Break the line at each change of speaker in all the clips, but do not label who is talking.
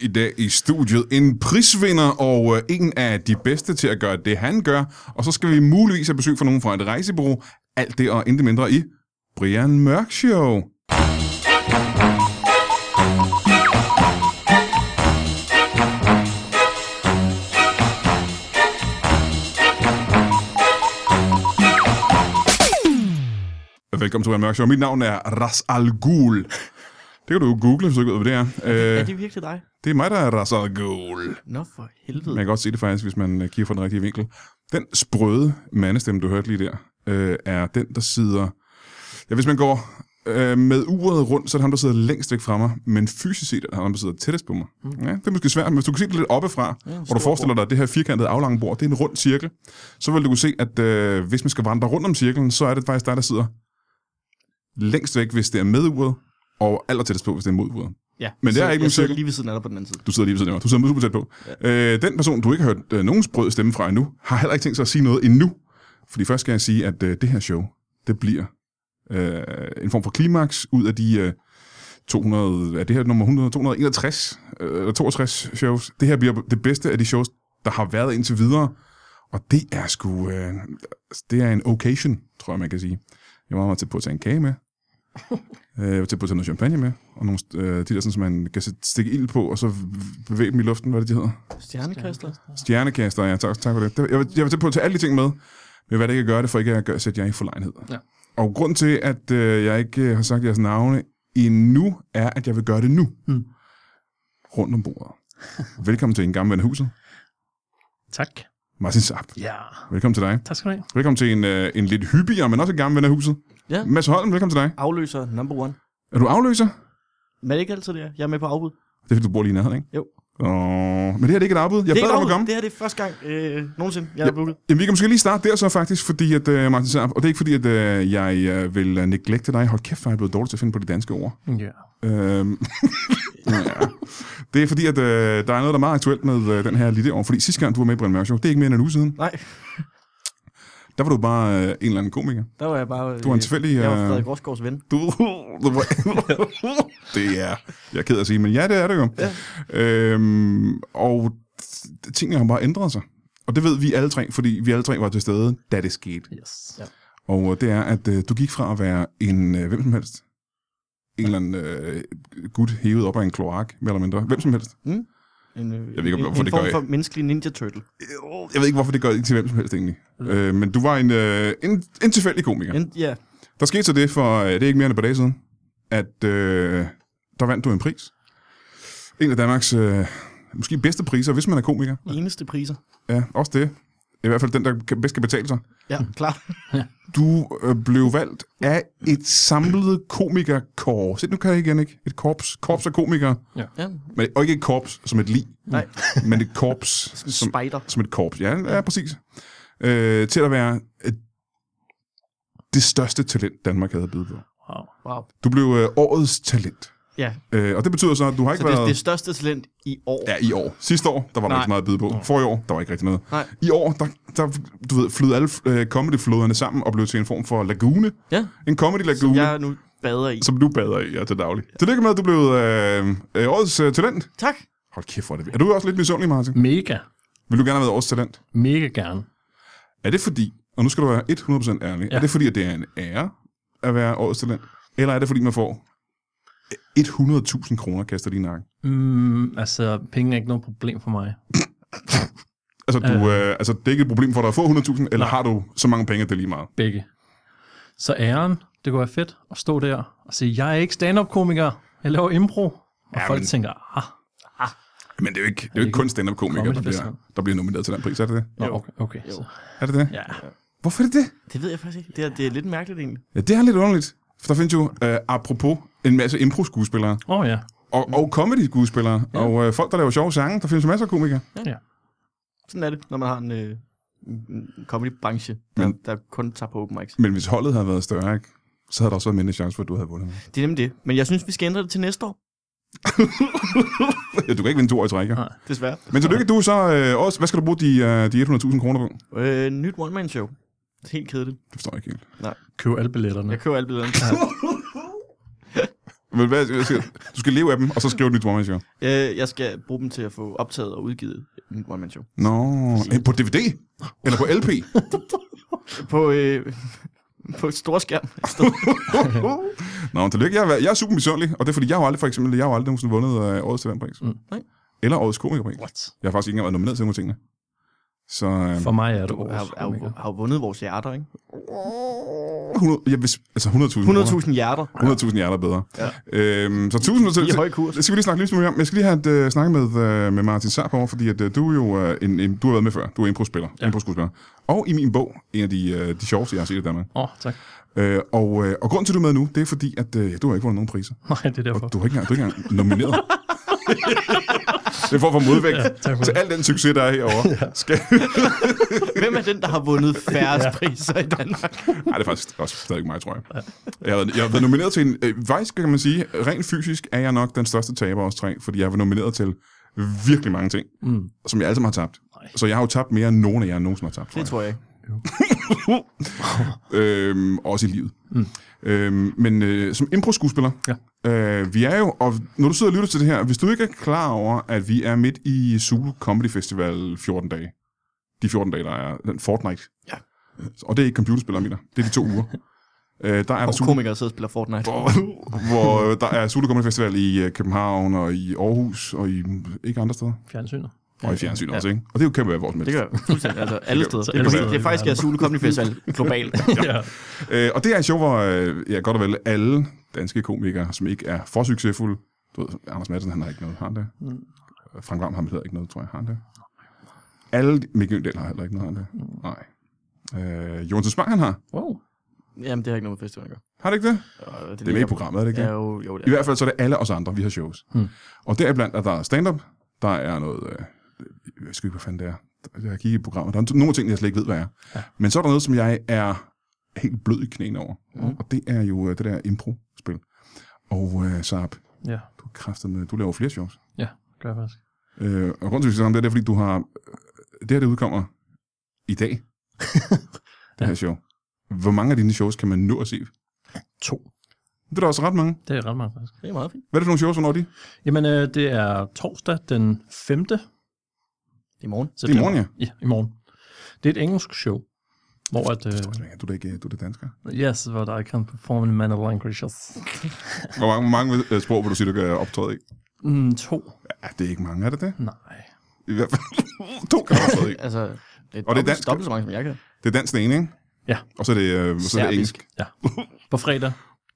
i dag i studiet. En prisvinder og øh, en af de bedste til at gøre det, han gør. Og så skal vi muligvis have besøg fra nogen fra et rejsebureau. Alt det og intet mindre i Brian Mørk Show. Velkommen til Brian Mørk Show. Mit navn er Ras Al Ghul. Det kan du jo google, hvis du ikke ved, hvad det er.
Er
Øh,
det virkelig dig?
det er mig, der er Ras Al Ghul.
Nå for
Man
helvede.
kan godt se det faktisk, hvis man øh, kigger fra den rigtige vinkel. Den sprøde mandestemme, du hørte lige der, øh, er den, der sidder... Ja, hvis man går øh, med uret rundt, så er det ham, der sidder længst væk fra mig, men fysisk set er det ham, der sidder tættest på mig. Mm. Ja, det er måske svært, men hvis du kan se det lidt oppefra, ja, og du forestiller dig, at det her firkantede aflange bord, det er en rund cirkel, så vil du kunne se, at øh, hvis man skal vandre rundt om cirklen, så er det faktisk dig, der sidder længst væk, hvis det er med uret, og aller tættest på, hvis det er mod uret.
Ja,
Men det
så
er ikke
jeg
nogen
sidder
cirkel.
lige ved siden af dig på den anden side.
Du sidder lige ved siden af mig. Du sidder super tæt på. Ja. Øh, den person, du ikke har hørt øh, nogen sprød stemme fra endnu, har heller ikke tænkt sig at sige noget endnu. Fordi først skal jeg sige, at øh, det her show, det bliver øh, en form for klimaks ud af de øh, 200, er det her nummer 100, 261 øh, eller 62 shows. Det her bliver det bedste af de shows, der har været indtil videre. Og det er sgu, øh, det er en occasion, tror jeg, man kan sige. Jeg var meget til på at tage en kage med. Øh, Jeg var til på at tage noget champagne med, og nogle, øh, de der, sådan, som man kan sæt- stikke ild på, og så bevæge dem i luften, hvad er det, de hedder?
Stjernekaster.
Stjernekaster, ja, tak, tak for det. Det- Jeg var, jeg var til på at tage alle de ting med, men jeg valgte ikke at gøre det, for ikke at gøre, sætte jer i forlegenhed.
Ja.
Og grund til, at øh, jeg ikke øh, har sagt jeres navne endnu, er, at jeg vil gøre det nu.
Mm.
Rundt om bordet. Velkommen til en gammel ven af huset,
Tak.
Martin Sapp.
Ja.
Velkommen til dig.
Tak skal du have.
Velkommen til en, øh, en lidt hyppigere, men også en gammel ven af huset.
Ja.
Mads Holm, velkommen til dig.
Afløser number one.
Er du afløser?
Men det er ikke altid det er. Jeg er med på afbud.
Det er fordi, du bor lige i nærheden, ikke?
Jo.
Åh, men det her det er ikke et afbud. Jeg
det er
bad dig om at
afbud.
komme.
Det her det er første gang øh, nogensinde, jeg har booket.
Jamen, vi kan måske lige starte der så faktisk, fordi at, øh, Martin Serp, og det er ikke fordi, at øh, jeg øh, vil øh, neglecte dig. Hold kæft, hvor er jeg blevet dårlig til at finde på de danske ord.
Ja.
Øhm, ja. Det er fordi, at øh, der er noget, der er meget aktuelt med øh, den her lille år. Fordi sidste gang, du var med i Brian Mørk Show, det er ikke mere end en uge siden,
Nej,
der var du bare øh, en eller anden komiker.
der var jeg bare... Øh,
Du var en tilfældig...
Jeg var
øh,
Frederik Rosgaards ven.
du, du var, det er, jeg er ked af at sige, men ja, det er det jo. Ja. Øhm, og t- tingene har bare ændret sig. Og det ved vi alle tre, fordi vi alle tre var til stede, da det skete.
Yes.
Ja.
Og øh, det er, at øh, du gik fra at være en øh, hvem som helst, en eller anden øh, gut hævet op af en kloak, mere eller mindre. Hvem som helst.
En, øh,
ved ikke,
en,
hvorfor
en
det
form
gør jeg.
for menneskelig ninja turtle.
Jeg ved ikke, hvorfor det gør ind til hvem som helst egentlig. Øh, men du var en, øh, en, en tilfældig komiker.
En, ja,
Der skete så det for, øh, det er ikke mere end et par dage siden, at øh, der vandt du en pris. En af Danmarks øh, måske bedste priser, hvis man er komiker.
eneste priser.
Ja, også det. I hvert fald den, der kan- bedst kan betale sig.
Ja, klart.
Du øh, blev valgt af et samlet komikerkår. Se, nu kan jeg igen ikke. Et korps. Korps af komikere.
Ja.
Men, og ikke et korps som et lig,
Nej,
men et korps som,
spider.
som et korps. Ja, ja præcis. Øh, til at være øh, det største talent, Danmark havde at byde på.
Wow.
Wow.
Du blev øh, årets talent.
Ja,
Øh, og det betyder så, at du har
så
ikke
det,
været...
det er største talent i år.
Ja, i år. Sidste år, der var der
Nej.
ikke så meget at byde på. For i år, der var ikke rigtig noget.
Nej.
I år, der, der du ved, flød alle øh, comedy-floderne sammen og blev til en form for lagune.
Ja,
En
som
comedy-lagune, som,
jeg nu bader i.
du bader i ja, til daglig. Tillykke med, at du blev øh, øh, årets øh, talent.
Tak.
Hold kæft, hvor er det vildt. Er du også lidt misundelig, Martin?
Mega.
Vil du gerne have været årets talent?
Mega gerne.
Er det fordi, og nu skal du være 100% ærlig, ja.
Ja.
er det fordi, at det er en ære at være årets talent? Eller er det fordi, man får 100.000 kroner kastet i nakken?
Mm, altså, penge er ikke noget problem for mig.
Altså, du, øh, altså, det er ikke et problem for dig at få 100.000, eller har du så mange penge, at det er lige meget?
Begge. Så æren, det kunne være fedt at stå der og sige, jeg er ikke stand-up-komiker, jeg laver impro. Og
Ja,
folk
men-
tænker, ah,
Men det er jo ikke, det er jo ikke kun stand-up-komikere, der bliver, der bliver nomineret til den pris, er det det?
nå,
Jo.
okay, okay så,
Er det det?
ja.
Hvorfor er det det?
Det ved jeg faktisk ikke. Det er, det er lidt mærkeligt egentlig.
Ja, det er lidt underligt. For der findes jo, øh, apropos, en masse impro-skuespillere,
Åh oh, ja.
og, og comedy-skuespillere, ja. og øh, folk, der laver sjove sange, der findes jo masser af komikere.
Sådan er det, når man har en, øh, en- en comedybranche, der,
Men-
der kun tager på open mics.
Men hvis holdet havde været større, ikke? så havde der også været mindre chance for, at du havde vundet.
Det er nemlig det. Men jeg synes, vi skal ændre det til næste år,
Ja, du kan ikke vinde to år i træk, ja.
Nej.
desværre.
Men tillykke, du er så øh, også, hvad skal du bruge de, øh, de 100.000 kroner på?
Øh, nyt one-man-show. Det er helt kedeligt.
Det forstår jeg ikke helt.
Køb alle billetterne.
Jeg køber alt billederne.
Men hvad, hvad skal, du skal leve af dem, og så skrive et nyt one show.
Øh, jeg skal bruge dem til at få optaget og udgivet et nyt one show.
Nå, øh, på DVD? Eller på LP?
På, øh, på et stort skærm.
Nå, tillykke. Jeg, er- jeg er super misundelig, og det er fordi, jeg har jo aldrig, for eksempel, jeg har jo aldrig nogensinde vundet øh, årets talentpris.
Mm.
Nej.
Eller årets komikerpris.
What?
Jeg har faktisk ikke engang været nomineret til nogle af tingene. Så øh,
For mig er det
Du har,
årets
har, jo-
komiker.
har jo vundet vores hjerter, ikke?
100, ja, hvis, altså 100.000 kroner.
100.000 hjerter.
100.000 hjerter bedre. Ja. Øhm, så tusind
I
til,
høj kurs.
Det skal vi lige snakke lidt smule om. Jeg skal lige have et, øh, snakke med, øh, med Martin Sarpov, fordi at, øh, du er jo øh, en, en, du har været med før. Du er impro-spiller. Ja. impro Og i min bog, en af de, øh, de sjoveste, jeg har set i Danmark.
Åh, oh, tak.
Øh, og, øh, og grunden til, at du er med nu, det er fordi, at øh, du har ikke vundet nogen priser.
Nej, det er derfor.
Du har ikke engang, du er ikke engang nomineret. det er for at få modvægt
Ja, tak for
til
det.
al den succes, der er herovre. Ja. Skal...
Hvem er den, der har vundet færrest priser i Danmark?
Nej, det er faktisk også stadig mig, tror jeg. Jeg har, været- jeg har været nomineret til en... Øh, faktisk kan man sige, rent fysisk er jeg nok den største taber af os tre, fordi jeg har været nomineret til virkelig mange ting, mm. som jeg altid har tabt.
Nej.
Så jeg har jo tabt mere end nogen af jer nogensinde har tabt, tror
Det
jeg.
tror jeg ikke.
Øhm, også i livet. Mm. Øhm, men øh, som impro-skuespiller, ja. øh, vi er jo, og når du sidder og lytter til det her, hvis du ikke er klar over, at vi er midt i Zulu Comedy Festival 14 dage, de 14 dage, der er den Fortnite,
Ja.
og det er ikke computerspillere, mener, det er de to uger, øh, der er der
Hvor
Zulu
komikere sidder og spiller Fortnite.
hvor, hvor øh, der er Zulu Comedy Festival i øh, København og i Aarhus og i ikke andre steder.
Fjernsynet.
Og i fjernsynet ja. også, ikke? Og det er jo kæmpe af vores
Det
menneske.
gør jeg fuldstændig. Altså alle steder.
Så
Det er,
alle
på,
steder
det
i
er faktisk
verden.
jeres Zulu Comedy Festival globalt.
ja.
Øh, og det er et show, hvor øh, ja, godt og vel alle danske komikere, som ikke er for succesfulde, du ved, Anders Madsen, han har ikke noget, har han det? Mm. Frank Vam, han hedder ikke noget, tror jeg, har han det? Alle, Mikkel Øndal har heller ikke noget, har han det? Nej. Øh, Jonsen Spang, han har.
Wow.
Jamen, det har ikke noget med festivalen at gøre.
Har det ikke det?
Og
Det er med i programmet, er det ikke
Ja,
det?
jo, jo, det
I
er.
hvert fald så er det alle os andre, vi har shows. Hmm. Og deriblandt er der stand-up, der er noget, øh, jeg skal ikke, hvad fanden det er. Jeg har kigget i programmet, der er nogle ting, jeg slet ikke ved, hvad er. Ja. Men så er der noget, som jeg er helt blød i knæene over. Mm. Og det er jo øh, det der impro-spil. Og øh, Saab,
Ja,
du er kraftet med, du laver flere shows.
ja, det gør jeg faktisk.
Øh, og grunden til, at vi skal snakke om det, det er, fordi du har, øh, det her, det udkommer i dag, det her show. Hvor mange af dine shows kan man nå at se?
To.
Det er der også ret mange.
Det er ret meget faktisk.
Det er meget fint.
Hvad er det for nogle shows, hvornår er de?
Jamen, øh, det er torsdag den 5.
Det er i morgen.
Det er i morgen, ja.
Ja, i morgen. Det er et engelsk show, hvor at...
Tror
Øh,
jeg, Du er da ikke, øh, du er da dansker.
yes, but I can perform in many languages.
Hvor mange, hvor mange øh, sprog vil du sige, du kan optræde i?
Mm, to.
Ja, det er ikke mange, er det det?
Nej.
I hvert fald to kan du optræde i.
Altså, det
Og
er,
det er
dobbelt,
dansk.
dobbelt så mange, som jeg kan.
Det er dansk den ene, ikke?
Ja.
Og så er det, øh, så er det
Serbisk.
engelsk.
Ja. På fredag,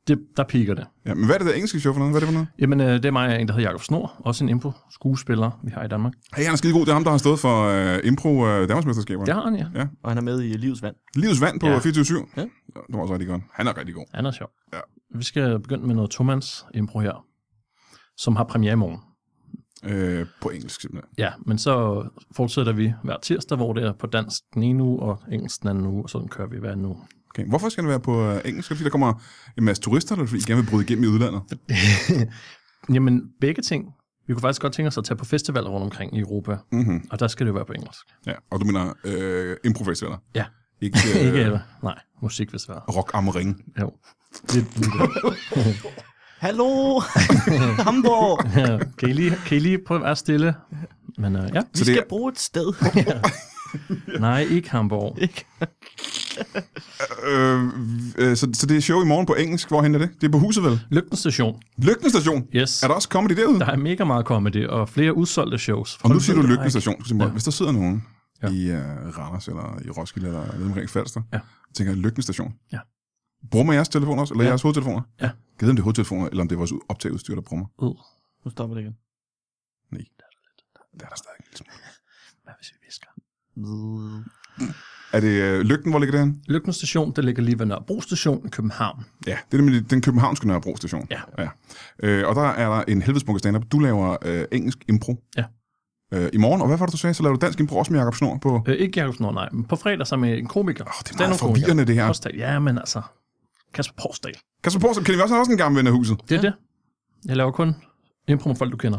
det, der piker det.
Ja, men hvad er det der engelske show for noget? Hvad er det for noget?
Jamen, øh, det er mig og en, der hedder Jakob Snor, også en impro-skuespiller, vi har i Danmark.
Hey, han er skide god. Det er ham, der har stået for øh, impro øh, Danmarksmesterskaberne.
Det har han, ja.
Og han er med i Livets Vand.
Livets vand på
Ja.
24-7.
Ja.
Det var også rigtig godt. Han er rigtig god.
Han er sjov.
Ja.
Vi skal begynde med noget tomands impro her, som har premiere i morgen.
Øh, på engelsk simpelthen.
Ja, men så fortsætter vi hver tirsdag, hvor det er på dansk den ene uge, og engelsk den anden uge, og sådan kører vi hver anden uge.
Okay. Hvorfor skal det være på øh, engelsk? Er det, fordi der kommer en masse turister, eller er det, fordi I gerne vil bryde igennem i udlandet?
Jamen, begge ting. Vi kunne faktisk godt tænke os at tage på festivaler rundt omkring i Europa,
Mm-hmm.
og der skal det jo være på engelsk.
Ja. Og du mener øh, improfestivaler?
Ja.
Ikke, øh,
Ikke eller? Nej, musikfestivaler.
rock am ring.
Jo. Det,
Hallo! Hamburg!
det, kan, I lige, kan I lige prøve at være stille? Men øh, ja,
Vi
Så det
skal
er-
bruge et sted.
nej, ikke Hamburg.
Ikke?
Øh, øh, så, så det er show i morgen på engelsk. Hvorhen er det? Det er på huset, vel?
Lygten Station,
Lygten station.
yes.
Er der også comedy derude?
Der er mega meget comedy, og flere udsolgte shows.
Og nu siger du
Folk-
Lygten station. Du siger,
Ja.
Hvis der sidder nogen
Ja.
ja. i uh, Randers eller i Roskilde eller nede omkring Falster,
Ja.
tænker jeg, Lygten station.
Ja.
Bruger man jeres telefoner også? Eller ja. jeres hovedtelefoner?
Ja.
Givet om det er hovedtelefoner, eller om det er vores optageudstyr, der brummer.
Øh,
Nu stopper det igen.
Det er der stadig en lille smule.
Hvad hvis vi visker?
Er det uh, Lygten, hvor ligger det henne?
Lygten Station, der ligger lige ved Nørrebro Station i København.
Ja, det er nemlig den københavnske Nørrebro station.
Ja.
ja. Øh, og der er der en helvedes bunke stand-up. Du laver øh, engelsk impro.
Ja.
Øh, I morgen, og hvad var det, du sagde? Så laver du dansk impro også med Jacob Snor på...
Øh, ikke Jakob Snor, nej, men på fredag sammen med en komiker.
Åh, det er meget
Stand-up komiker.
forvirrende, det her.
Porsdal. Ja, men altså, Kasper Porsdal.
Kasper Porsdam, kan I også, også en gammel ven af huset?
Det er ja. det. Jeg laver kun impro med folk, du kender.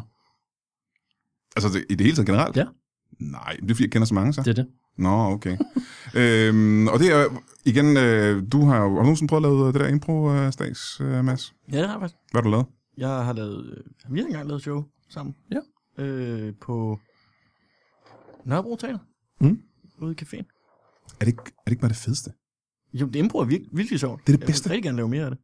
Altså det, i det hele taget generelt?
Ja.
Nej, det er fordi, jeg kender så mange, så.
Det er det.
Nå, okay. øhm, og det er, igen, øh, du har jo har du nogensinde prøvet at lave det der impro, øh, Stas, øh, Mads?
Ja, det har jeg faktisk.
Hvad har du lavet?
Jeg har lavet, øh, vi har engang lavet show sammen.
Ja.
Øh, på Nørrebro Teater.
Mm.
Ude i caféen.
Er det, ikke, er det ikke bare det fedeste?
Jo, det impro er vir- virkelig sjovt.
Det er det
Jeg
bedste.
vil rigtig gerne lave mere af det.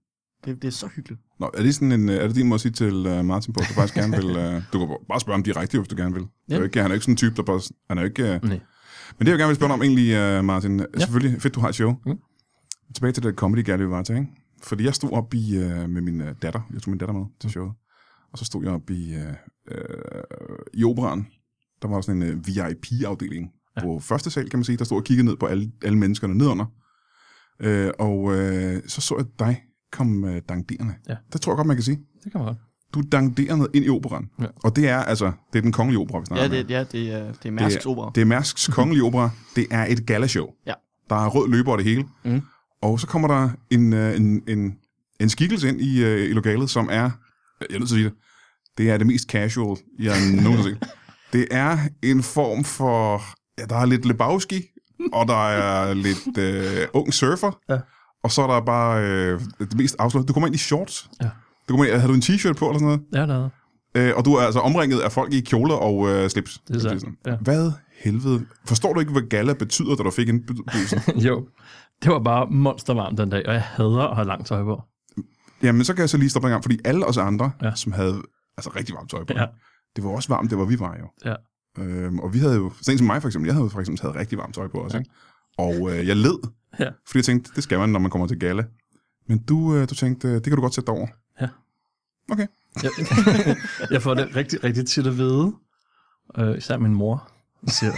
Det, det er så hyggeligt.
Nå, er det, sådan en, øh, er det din måde at sige til øh, Martin på, at du faktisk gerne vil... øh, du kan bare spørge ham direkte, hvis du gerne vil. Ja.
Ja.
Er jo ikke, han er jo ikke sådan en type, der bare... Han er jo ikke... øh,
Nej.
Men det, jeg gerne vil spørge dig om egentlig, øh, Martin, ja.
Ja.
selvfølgelig fedt, du har et show.
Mm.
Tilbage til det comedy gallery, vi var til, ikke? Fordi jeg stod op i, øh, med min øh, datter. Jeg tog min datter med til showet. Og så stod jeg op i, øh, øh, i operan. Der var sådan en øh, VIP-afdeling ja. på første sal, kan man sige. Der stod og kiggede ned på alle, alle menneskerne nedunder. Øh, og øh, så så jeg dig komme øh, dangderende.
Ja.
Det tror jeg godt, man kan sige.
Det kan man godt.
Du dangderede ind i operan.
Ja.
Og det er altså, det er den kongelige opera, vi snakker
Ja,
om her.
det, ja, det er, det er Mærsks opera.
Det er Mærsks kongelige opera. Det er et galashow.
Ja.
Der er rød løber og det hele.
Mhm.
Mm.
Og så kommer der en, øh, en, en, en skikkelse ind i, øh, i lokalet, som er, jeg er nødt til at sige det, det er det mest casual, jeg nogensinde har set. Det er en form for, ja, der er lidt Lebowski, og der er lidt øh, ung surfer,
Ja.
og så er der bare øh, det mest afsløret. Du kommer ind i shorts.
Ja.
Du kommer ind, havde du en t-shirt på eller sådan noget?
Ja, der er
Øh, og du er altså omringet af folk i kjoler og øh, slips.
Det er sandt, ja.
Hvad helvede? Forstår du ikke, hvad gala betyder, da du fik indbydelsen?
Jo. Det var bare monstervarmt den dag, og jeg hader at have langt tøj på.
Jamen, så kan jeg så lige stoppe en gang, fordi alle os andre, ja.
Ja.
som havde altså rigtig varmt tøj på, ja.
Ja.
det var også varmt, det var vi var jo.
Ja.
Øhm, og vi havde jo, sådan en som mig for eksempel, jeg havde jo for eksempel taget rigtig varmt tøj på også, ja. ikke? Og øh, jeg led,
Ja.
fordi jeg tænkte, det skal man, når man kommer til gala. Men du, øh, du tænkte, øh, det kan du godt sætte dig over.
Jeg, jeg får det rigtig, rigtig tit at vide. Øh, især min mor Hun siger,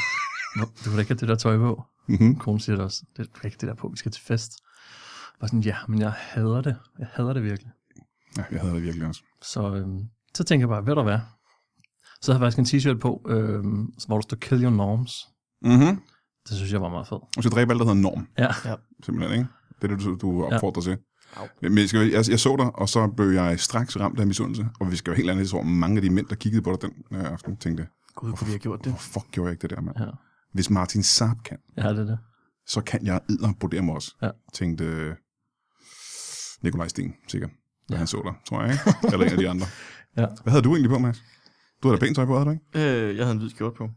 "Nå, du kan da ikke have det der tøj på.
Mm-hmm.
Min kone siger det også, det er ikke det der på, vi skal til fest. Og sådan, ja, men jeg hader det. Jeg hader det virkelig.
Ja, jeg havde det virkelig også.
Så, øhm, så tænker jeg bare, ved du hvad? Så havde jeg faktisk en t-shirt på, øhm, hvor der stod Kill Your Norms.
Mm-hmm.
Det synes jeg var meget fedt.
Og så dræbe alt, der hedder norm.
Ja.
Ja.
Simpelthen, ikke? Det er det, du, du opfordrer ja. til.
Au.
Men jeg, skal, jeg, jeg, så dig, og så blev jeg straks ramt af misundelse. Og vi skal jo helt andet, så mange af de mænd, der kiggede på dig den øh, aften, tænkte,
Gud, kunne vi have gjort det?
hvor fuck gjorde jeg ikke det der, mand?
Ja.
Hvis Martin Saab kan,
ja, det er det.
så kan jeg edder på dem også,
Ja.
tænkte øh, Nikolaj Sten, sikkert. Ja.
Ja.
Han så dig, tror jeg, ikke? Eller en af de andre.
Ja.
Hvad havde du egentlig på, Mads? Du havde da pænt tøj på, havde du ikke?
Øh, jeg havde en hvid skjorte på.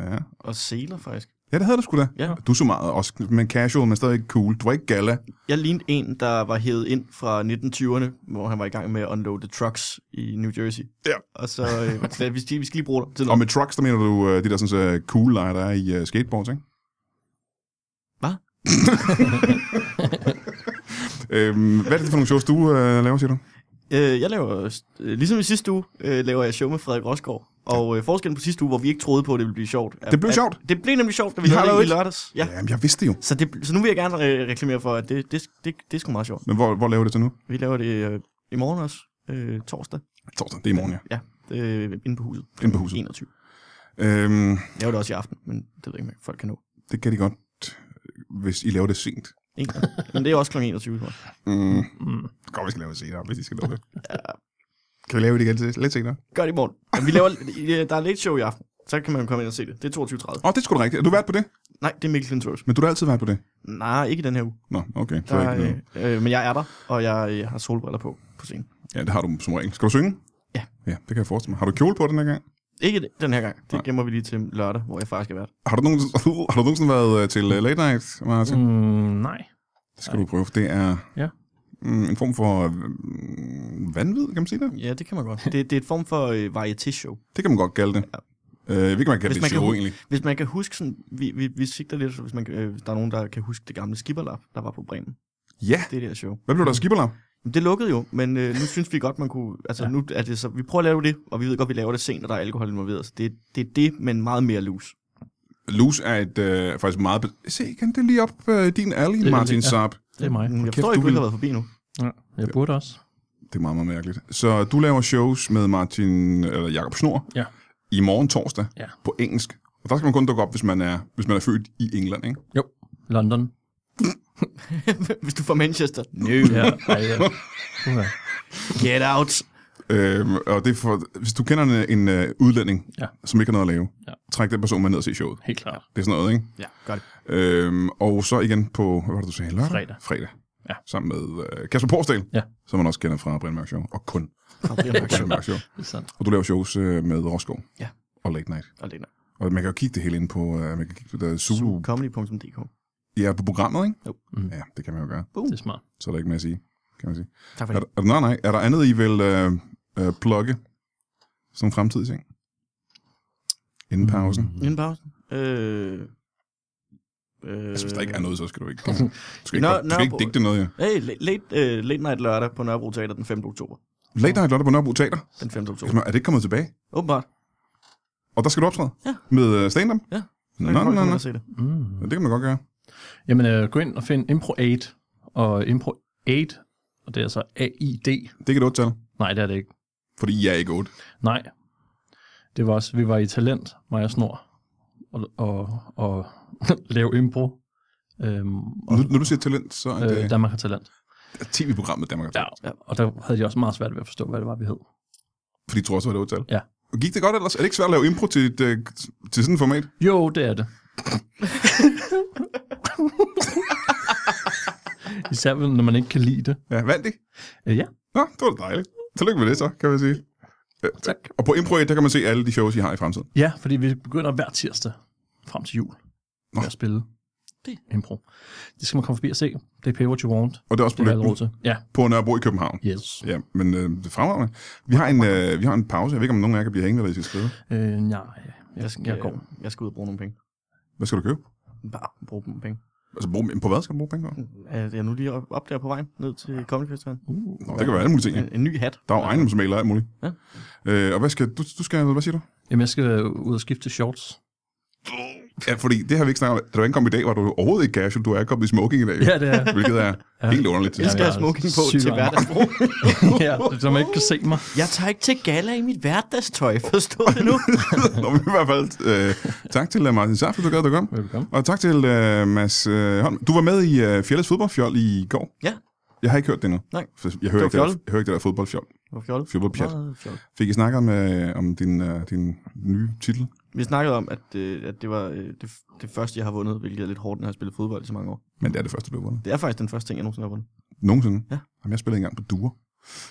Ja.
Og seler, faktisk.
ja, det havde du sgu da.
Ja.
Du så meget også, men casual, men stadig cool. Du var ikke gala.
Jeg lignede en, der var hævet ind fra 1920'erne, hvor han var i gang med at unloade trucks i New Jersey.
Ja.
Og så, øh, så vi, skal, vi skal lige bruge dig til
Og
noget.
med trucks, der mener du øh, de der sådan, så cool lejer, der er i øh, skateboards, ikke?
Hvad?
øhm, hvad er det for nogle shows, du øh, laver, siger du?
Øh, jeg laver, øh, ligesom i sidste uge, øh, laver jeg show med Frederik Rosgaard. Og øh, forskellen på sidste uge, hvor vi ikke troede på, at det ville blive sjovt. er-
Det blev
at-
sjovt.
Det blev nemlig sjovt, da vi
Vi har
havde
lavet
det i
et.
lørdags. Ja.
Jamen, jeg vidste det jo.
Så, det, så nu vil jeg gerne øh, reklamere for, at det, det, det, det er sgu meget sjovt.
Men hvor, hvor laver du det så nu?
Vi laver det øh, i morgen også, øh, torsdag.
Torsdag, det er i morgen, ja.
Ja, øh, inde på huset.
Inde på huset.
21.
Øhm,
Jeg laver det også i aften, men det ved jeg ikke, om folk kan nå.
det kan de godt, øh, hvis I laver det sent.
En gang. Men det er også kl. 21. tror jeg.
Mm. Godt, vi skal lave det senere, hvis I skal lave det. Kan vi lave det igen til lidt senere?
Gør det i morgen. Men vi laver, øh, der er lidt show i aften. Så kan man komme ind og se det. Det er 22.30.
Åh, oh, det er sgu da rigtigt. Er du vært på det?
Nej, det er Mikkel Klintors.
Men du har altid været på det?
Nej, ikke i den her uge.
Nå, okay. Så
Der,
er ikke
øh,
noget.
øh, men jeg er der, og jeg, jeg har solbriller på på scenen.
Ja, det har du som regel. Skal du synge?
Ja.
Ja, det kan jeg forestille mig. Har du kjole på den her gang?
Ikke den- den her gang. Det
Nej.
gemmer vi lige til lørdag, hvor jeg faktisk er vært.
Har du, nogen, har du nogensinde været øh, til øh, Late Night, Martin?
Mm, nej.
Det skal du prøve, for det er
Ja.
mm, en form for øh, vanvid, kan man sige det?
Ja, det kan man godt. Det, det er et form for øh, varieté-show.
Det kan man godt kalde det.
Ja.
Øh, jeg ved ikke, om man kan kalde
Hvis
det
man
show,
kan-
egentlig.
Hvis man kan huske sådan, vi, vi, vi sigter lidt, så hvis man, kan- øh, der er nogen, der kan huske det gamle skibberlap, der var på Bremen.
Ja,
Det der show.
hvad blev
Mm.
der skibberlag?
Men Det lukkede jo, men øh, nu synes vi godt, man kunne... Altså, ja.
Ja.
nu er det så... Vi prøver at lave det, og vi ved godt, vi laver det sent, og der er alkohol involveret. Så det, det er det, men meget mere loose.
Loose er et øh, faktisk meget... Be- Se igen, det er lige op øh, din alley,
Det er
Martin
det, ja.
Saab.
Det er
Jeg
mig.
kæft,
forstår
du
ikke, du
vil-
ikke har været forbi nu.
Ja. Jeg burde også.
Det er meget, meget mærkeligt. Så du laver shows med Martin, eller Jakob Snor
Ja.
i morgen torsdag
Ja.
på engelsk. Og der skal man kun dukke op, hvis man er, hvis man er født i England, ikke?
Jo. London.
Hvis du er fra Manchester. No.
Ja. Ej, ja. Uha.
Get out.
Øhm, og det er for, hvis du kender en, en øh, udlænding,
Ja.
som ikke har noget at lave,
Ja.
træk den person med ned og se showet.
Helt klart.
Det er sådan noget, ikke?
Ja, godt.
Øhm, og så igen på, hvad var det, du sagde, lørdag?
Fredag.
Fredag. ja. sammen med øh, Kasper Porsdal,
Ja.
som man også kender fra Brian Mørk Show, og kun fra Brian Mørk Show.
Det er sandt.
Og du laver shows øh, med Roskov
Ja.
og Late Night.
Og Lena.
Og man kan jo kigge det hele ind på, øh, man kan kigge på der Zulu,
Comedy.dk.
ja, på programmet, ikke?
Jo.
Mm. Ja, det kan man jo gøre.
Det er smart.
Så er der ikke mere at sige, kan man sige.
Tak for
Er
det.
der, er der, nej, nej, er der andet, I vil øh, øh, plukke som fremtidig ting? Inden pausen. Mm.
Inden pausen. Øh, øh,
Jeg synes, der ikke er noget, så skal du ikke. Du skal ikke,
Nå,
du skal ikke
Nørrebro-
digte noget, ja.
Hey, late, late, øh, late Night lørdag på Nørrebro Teater den 5. oktober.
Late Night Lotte på Nørrebro Teater.
Den 5. oktober.
Er det ikke kommet tilbage?
Åbenbart.
Og der skal du optræde?
Ja.
Med øh, stand-up?
Ja.
Nå, nå, nå, nå.
Se det.
Mm.
Ja, Det kan man godt gøre.
Jamen, øh, gå ind og find Impro 8. Og Impro 8, og det er så A-I-D.
Det kan du tal,
Nej, det er det ikke.
fordi jeg er ikke 8.
Nej. Det var også, vi var i talent, mig og Snor, og, og, og lave impro. Øhm, og,
Nu, når du siger talent, så er det
øh, Danmark har talent.
øh, tv-programmet Danmark. Ja.
Ja, og der havde de også meget svært ved at forstå, hvad det var, vi hed.
Fordi du tror også, det var det 8
Ja.
Og gik det godt ellers? Er det ikke svært at lave impro til, et, øh, til sådan et format?
Jo, det er det. Især når man ikke kan lide det.
Ja, vandt det?
Øh, ja,
Nå, det var da dejligt. Tillykke med det så, kan man sige.
tak.
Og på impro der kan man se alle de shows, I har i fremtiden.
Ja, fordi vi begynder hver tirsdag frem til jul med at spille
Det.
impro. Det skal man komme forbi og se. Det er Pay What You Want.
Og det er også på,
Det er alle råd
Lykken,
til. Ja,
på Nørrebro i København.
yes.
Ja, men øh, det er fremragende. Vi har, en, øh, vi har en pause. Jeg ved ikke, om nogen af jer kan blive hængende, eller I skal skrive.
Øh, nej, jeg,
skal, øh,
jeg går.
jeg skal ud og bruge nogle penge.
Hvad skal du købe?
Bare bruge nogle penge.
Altså, bruge, dem- på hvad skal du bruge penge på?
Er jeg nu lige op, op der på vejen ned til Comedy Festivalen?
Uh,
Nå, det kan være alle mulige ting. Ja.
En, en ny hat.
Der er jo ejendomsmaler og alt muligt.
Ja.
Øh, og hvad skal du, du skal, hvad siger du?
jamen, jeg skal ud og skifte til shorts.
Ja, fordi det har vi ikke snakket om. Da du ankom i dag, var du overhovedet ikke casual. Du er kommet i smoking i dag.
Ja, det er jeg.
Hvilket er
Ja.
helt underligt.
Jeg skal
Ja,
have smoking på
syg
til
varm.
hverdagsbrug.
ja, så man ikke kan se mig.
jeg tager ikke til gala i mit hverdagstøj, forstår du nu?
Nå, men i hvert fald, øh, tak til øh, Martin Saft, du gad, du kom.
Velkommen.
Og tak til øh, Mads øh, Holm. Du var med i øh, Fjellets fodboldfjold i går.
Ja.
Jeg har ikke hørt det endnu.
Nej.
For Jeg hører,
var
ikke det, der,
fjollet.
jeg hører ikke det der fodboldfjold.
Hvor fjollet?
Fjoldpjat.
Meget fjollet.
Fik I snakket om, øh, om din, øh, din nye titel?
Vi snakkede om, at, øh, at det var øh, det, f- det, første, jeg har vundet, hvilket er lidt hårdt, når jeg har spillet fodbold i så mange år.
Men det er det første, du har vundet.
Det er faktisk den første ting, jeg nogensinde har vundet.
Nogensinde.
Ja.
Jamen, jeg spillede engang på duer.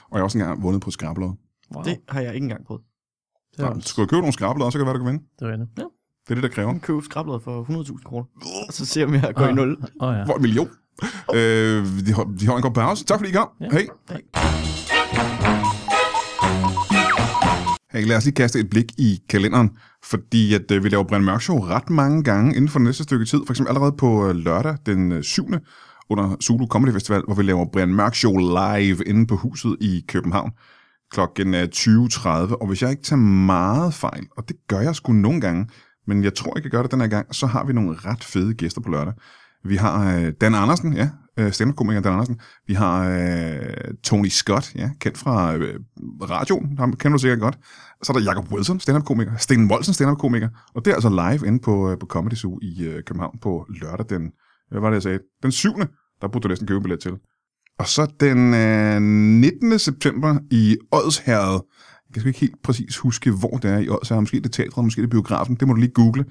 Og jeg har også engang vundet på skrablere.
Wow.
Det har jeg ikke engang prøvet.
det, er
Nå,
også,
Skal du købe nogle skrablere, så kan det være, du kan vinde.
det er rigtigt.
Det er det, der kræver.
Jeg kan købe skrablet for 100.000 kroner, og så ser vi, om jeg går i
Ah.
nul.
Åh oh, ja.
Hvor en million. Øh, de, har, de har en god pause. Tak fordi I kom. Ja.
Ja.
Hej.
Hej.
Hey, lad os lige kaste et blik i kalenderen, fordi at, øh, vi laver Brian Mørk Show ret mange gange inden for det næste stykke tid. For eksempel allerede på øh, lørdag den øh, 7. under Zulu Comedy Festival, hvor vi laver Brian Mørk Show live inde på huset i København klokken er 20.30. Og hvis jeg ikke tager meget fejl, og det gør jeg sgu nogle gange, men jeg tror ikke, jeg gør det den her gang, så har vi nogle ret fede gæster på lørdag. Vi har øh, Dan Andersen, ja, øh, stand-up-komiker Dan Andersen. Vi har øh, Tony Scott, ja, kendt fra øh, radioen, ham kender du sikkert godt. Så er der Jacob Wilson, stand-up-komiker. Sten Wolsen, stand-up-komiker. Og det er altså live inde på, øh, på Comedy Zoo i øh, København på lørdag den, øh, hvad var det, jeg sagde? Den 7. Der burde du næsten købe en billet til. Og så den øh, 19. september i Odsherred. Jeg kan sgu ikke helt præcis huske, hvor det er i Odsherred. Måske det er teatret, måske det er biografen. Det må du lige google.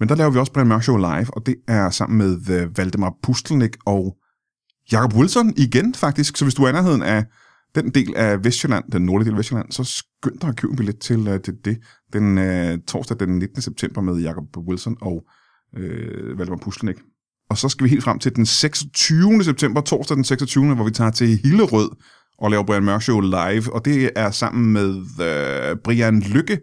Men der laver vi også Brian Mørk Show live, og det er sammen med øh, Valdemar Pustelnik og Jakob Wilson igen faktisk. Så hvis du er i nærheden af den del af Vestjylland, den nordlige del af Vestjylland, så skynd dig at købe en billet til, øh, til det. Den øh, torsdag den 19. september med Jakob Wilson og øh, Valdemar Pustelnik. Og så skal vi helt frem til den 26. september, torsdag den 26. hvor vi tager til Hillerød og laver Brian Mørk Show live. Og det er sammen med øh, Brian Lykke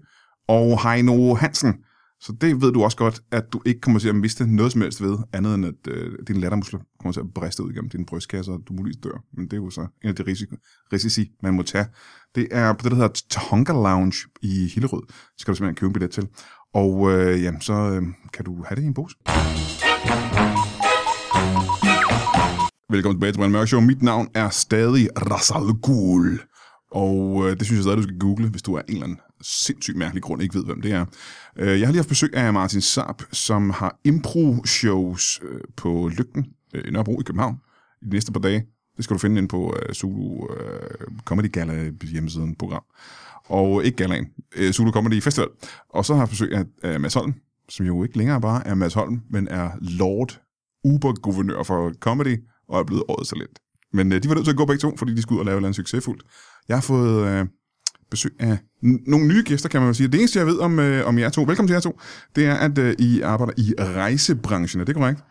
og Heino Hansen. Så det ved du også godt, at du ikke kommer til at miste noget som helst ved, andet end at øh, dine lattermuskler kommer til at briste ud gennem dine brystkasse, og du muligvis dør. Men det er jo så en af de risiko, risici, man må tage. Det er på det, der hedder Tonka Lounge i Hillerød. Så skal du simpelthen købe en billet til. Og øh, jamen, så øh, kan du have det i en pose. Velkommen tilbage til Brian Mørk Show. Mit navn er stadig Rasal Ghul. Og øh, det synes jeg stadig, du skal google, hvis du er en eller anden sindssygt mærkelig grund ikke ved, hvem det er. Øh, jeg har lige haft besøg af Martin Saab, som har impro-shows øh, på Lygten øh, i Nørrebro i København i de næste par dage. Det skal du finde ind på øh, Zulu øh, Comedy Gala hjemmesiden program. Og ikke Galaen, øh, Zulu Comedy Festival. Og så har jeg haft besøg af øh, Mads Holm, som jo ikke længere bare er Mads Holm, men er Lord Uber-guvernør for comedy, og er blevet årets talent. Men øh, de var nødt til at gå begge to, fordi de skulle ud og lave noget succesfuldt. Jeg har fået øh, besøg af n- nogle nye gæster, kan man vel sige. Det eneste, jeg ved om, øh, om jer to, velkommen til jer to, det er, at øh, I arbejder i rejsebranchen. Er det korrekt?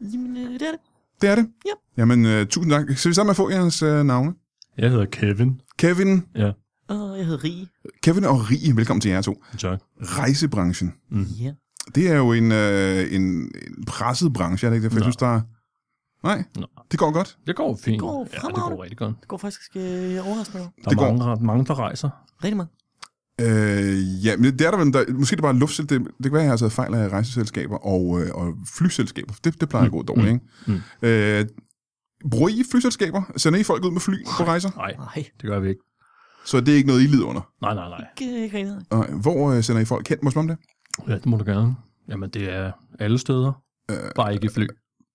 Jamen, øh, det er det.
Det er det?
Ja.
Jamen, øh, tusind tak. Så vi sammen med at få jeres øh, navne?
Jeg hedder Kevin.
Kevin,
Ja,
Og jeg hedder Rie.
Kevin og Rie, velkommen til jer to.
tak.
Rejsebranchen.
Ja.
Det er jo en, øh, en, en presset branche, er det ikke det? For jeg
Nå.
synes, der er... Nej,
Nå.
det går godt.
Det går fint.
Det går
ja, det
fremragende.
går rigtig godt.
Det går faktisk øh, overraskende godt.
Der
Det
det
går-
er mange, ret- mange, der rejser.
Rigtig mange.
Øh, ja, men det er der, vel, der, måske det er bare luftselskaber. Det kan være, at jeg har taget fejl af rejseselskaber og, øh, og flyselskaber. Det, det plejer at gå dårligt, ikke?
Mm.
Øh, bruger I flyselskaber? Sender I folk ud med fly på rejser?
Nej,
Nej,
det gør vi ikke.
Så det er ikke noget, I lider under.
Nej, nej, nej.
ikke, øh, ikke rigtig noget.
Og hvor øh, sender I folk hen? Må jeg spørge om det?
Ja, det må du gerne. Jamen, det er alle steder.
Øh,
Bare ikke i fly.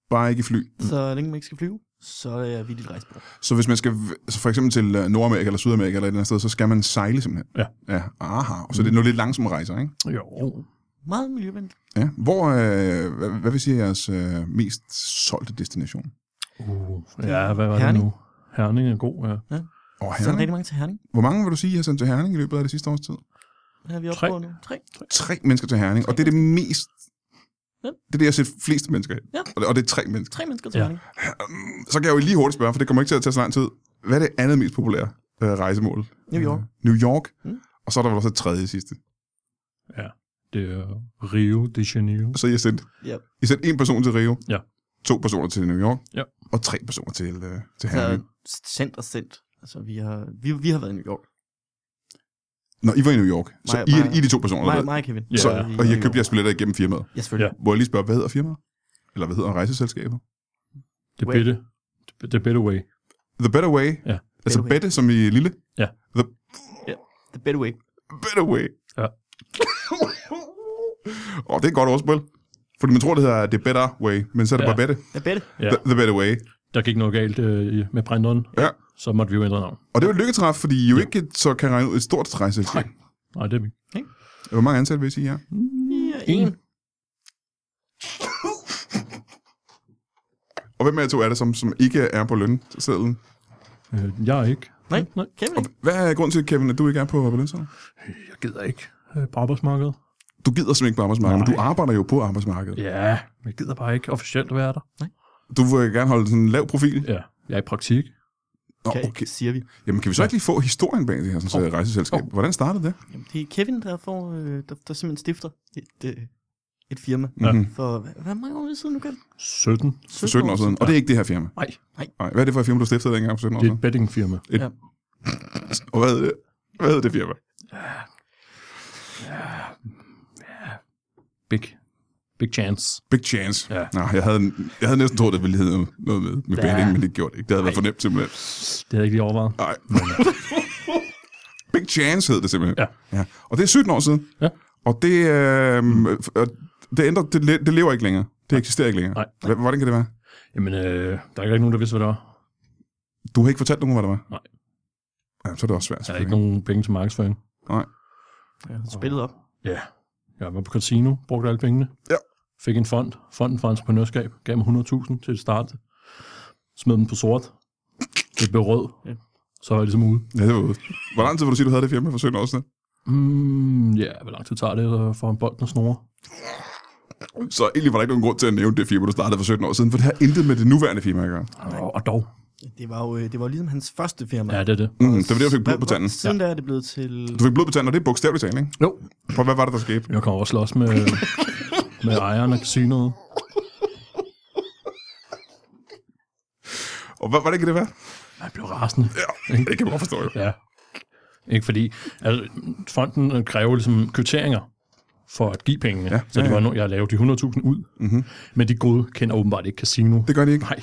Bare ikke i fly.
Mm. Så længe man ikke skal flyve, så er vi dit rejsebord.
Så hvis man skal v- altså for eksempel til øh, Nordamerika eller Sydamerika eller et eller andet sted, så skal man sejle simpelthen?
Ja. Mm.
ja aha. Og så er det nogle lidt langsomme rejser, ikke?
Øh, Jo.
Meget miljøvenligt.
Ja. Hvor, øh, hvad, hvad vil sige er jeres øh, mest solgte destination?
Uh, ja, hvad var
Herning.
det nu? Herning er god, ja.
Og
Så er der
Herning.
rigtig mange til Herning.
Hvor mange vil du sige, I har sendt til Herning i løbet af det sidste års tid?
Her er vi oppe
Tre.
på nu. Tre.
Tre mennesker til Herning, og det er det mest...
Ja.
Det er det, jeg har set flest mennesker i.
Ja.
Og, det, og det er tre mennesker.
Tre mennesker til
Ja.
Herning.
Så kan jeg jo lige hurtigt spørge, for det kommer ikke til at tage så lang tid. Hvad er det andet mest populære øh, rejsemål?
New York.
Øh, New York.
Mm.
Og så er der vel også et tredje sidste.
Det er Rio de Janeiro.
Så I har sendt,
Ja.
I sendt en person til Rio,
Ja.
to personer til New York,
Ja.
og tre personer til, øh, til
Så
Herning.
sendt og sendt. Altså, vi har, vi, vi har været i New York.
Når I var i New York, så
Mig-
I, er,
mig-
I er de to personer, der
Mig,
ved.
mig og Kevin.
Ja.
Så,
Så vi
og I
var
har
i
købt
New
jeres billetter igennem firmaet.
York. Ja, selvfølgelig.
Må jeg lige spørge, hvad hedder firmaet? Eller hvad hedder rejseselskabet?
Det
Way.
bitte. Det bitte way.
The Better Way.
Ja.
Altså
Better Way.
Bette, som i lille.
The better way.
Better Way.
Ja.
og det er et godt ordspil. Fordi man tror, det hedder The Better Way, men så er det
Ja.
bare Bette.
The better.
Ja.
The, the Better Way.
Der gik noget galt øh, i- med printeren.
Ja.
Så måtte vi jo ændre navn.
Og det er jo et lykketræf, fordi I jo ikke så kan regne ud et stort rejseselskab.
Nej, det er vi. ikke.
Hvor mange ansatte vil I sige, ja?
Ja,
En.
en.
Og hvem af jer to er det, som, som ikke er på lønsedlen?
Øh, jeg er ikke.
Nej.
nej.
Kevin.
Og hvad er grunden til, Kevin, at du ikke er på lønsedlen?
Jeg gider ikke øh, på arbejdsmarkedet.
Du gider simpelthen ikke på arbejdsmarkedet, men
Nej.
du arbejder jo på arbejdsmarkedet.
Ja, men jeg gider bare ikke officielt være der.
Du vil gerne holde sådan en lav profil.
Ja, jeg er i praktik.
Nå,
Okay.
okay.
siger vi.
Jamen, kan vi så ikke lige få historien bag det her sådan, oh. rejseselskab? Hvordan startede det?
Jamen, det er Kevin, der, får, øh, der, der simpelthen stifter et, øh, et firma.
Ja.
Mm-hmm.
For hvad, hvad mange år siden nu, Kevin?
17.
17 år siden. Og det er ikke det her firma.
Nej,
Nej, hvad er det for et firma, du stiftede dengang for 17 år
det er
siden?
et bettingfirma.
Og hvad hedder det? Hvad hedder det firma?
Big. Big chance.
Big Chance.
Ja.
Nå, jeg, havde, jeg havde næsten troet, det ville hedde noget med, med
Ja.
betting, men det gjorde det ikke. Det havde været
Nej.
fornemt simpelthen.
Det havde jeg ikke lige overvejet.
Nej. Big Chance hed det simpelthen.
Ja.
ja. Og det er 17 år siden.
Ja.
Og det, øh, og det, ændrer, det, le- det lever ikke længere. Det eksisterer ikke længere.
Nej.
Hva- Hvordan kan det være?
Jamen, øh, der er ikke rigtig nogen, der vidste, hvad det var.
Du har ikke fortalt nogen, hvad det var?
Nej.
Ja, så er det også svært.
Der er
selvfølgelig.
ikke nogen penge til markedsføring.
Ja, spillet op.
Ja. Jeg var på casino, brugte alle pengene.
Ja.
Fik en fond. Fonden for entreprenørskab gav mig 100.000 til at starte. Smed den på sort. Det blev rød.
Ja.
Så var jeg ligesom ude.
Ja, det var ude. Hvor lang tid vil du sige, du havde det firma for 17 år siden?
Mm, ja, hvor lang tid tager det øh, for en bold, der snorer?
Så egentlig var der ikke nogen grund til at nævne det firma, du startede for 17 år siden, for det har intet med det nuværende firma at gøre.
Og, og dog.
Det var jo øh, det var ligesom hans første firma.
Ja, det er det.
Mm, det var det, du fik blod på tanden.
Siden der er det blevet til...
Du fik blod på tanden, og det er bogstaveligt talt, ikke?
Jo.
For hvad var det, der skete?
Jeg kommer også slås med, med ejeren af casinoet.
Og hvad, hvordan kan det være?
Jeg blev rasende.
Ja, det kan man godt forstå, jo.
Ja. Ikke fordi, altså, fonden øh, kræver ligesom kvitteringer for at give pengene.
Ja,
Ja, så
ja,
det
ja.
var nu, jeg lavede de 100.000 ud.
Mhm.
Men de gode kender åbenbart ikke casino.
Det gør de ikke.
Nej,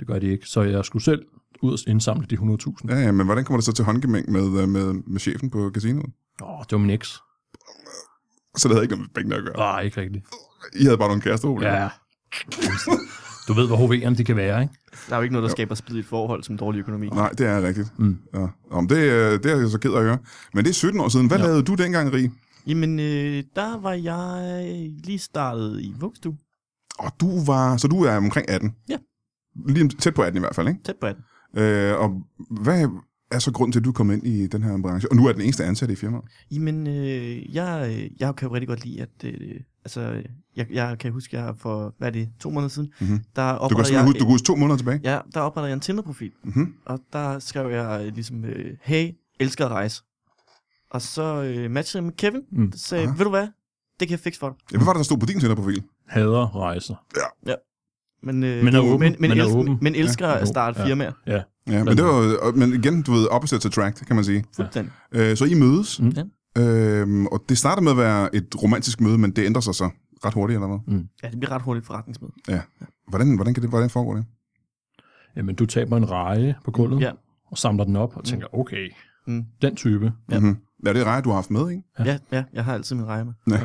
det gør de ikke. Så jeg skulle selv ud og indsamle de 100.000.
Ja, ja, men hvordan kommer det så til håndgemæng med, øh, med, med chefen på casinoet?
Åh, det var min eks.
Så det havde ikke noget med pengene at gøre.
Nej, ikke rigtigt.
I havde bare nogle kæresteroler.
Ja. Du ved, hvor HV'erne de kan være, ikke?
Der er jo ikke noget, der skaber splid i et forhold som dårlig økonomi.
Nej, det er rigtigt.
Mm.
Ja. Om det, øh, det er jeg så ked af at høre. Men det er 17 år siden. Hvad
Ja.
lavede du dengang, Rig?
Jamen, øh, der var jeg lige startet i vuggestue.
Og du var, så du er omkring 18.
Ja.
Lige tæt på 18 i hvert fald, ikke?
Tæt på 18.
Øh, og hvad er så grunden til, at du kom ind i den her branche? Og nu er den eneste ansatte i firmaet.
Jamen, øh, jeg, øh, jeg kan jo rigtig godt lide, at... Øh, altså, øh, jeg, jeg kan huske, jeg for, hvad er det, to måneder siden,
Mhm.
der
Du kan,
oprettede
sådan,
jeg...
huske, du kan huske to måneder tilbage.
Ja, der oprettede jeg en Tinder-profil,
Mm-hmm.
og der skrev jeg øh, ligesom, øh, hey, elsker at rejse. Og så øh, matchede jeg med Kevin,
Mm.
mm. der sagde,
Aha.
ved du hvad, det kan jeg fikse for dig.
Ja, hvad var det, der stod på din Tinder-profil?
Hader rejser.
Men, øh,
Men er
men,
åben.
men,
Men er
elsker,
åben.
men elsker
Ja.
at starte
Ja.
firmaer.
Ja, men, det var, og- men igen, du ved, opposites attract, kan man sige.
Fuldstændig.
Øh, så I mødes,
Mm.
Ja.
øhm, og det starter med at være et romantisk møde, men det ændrer sig så ret hurtigt, eller hvad?
Ja, det bliver ret hurtigt forretningsmøde.
Hvordan, hvordan, kan det, hvordan foregår det?
Jamen, du taber en reje på gulvet,
Ja.
og samler den op og tænker, okay,
Mm.
den type.
Ja.
Mm-hmm. Ja, det er ret, du har haft med, ikke?
Ja.
Ja. ja, jeg har altid min rejer med.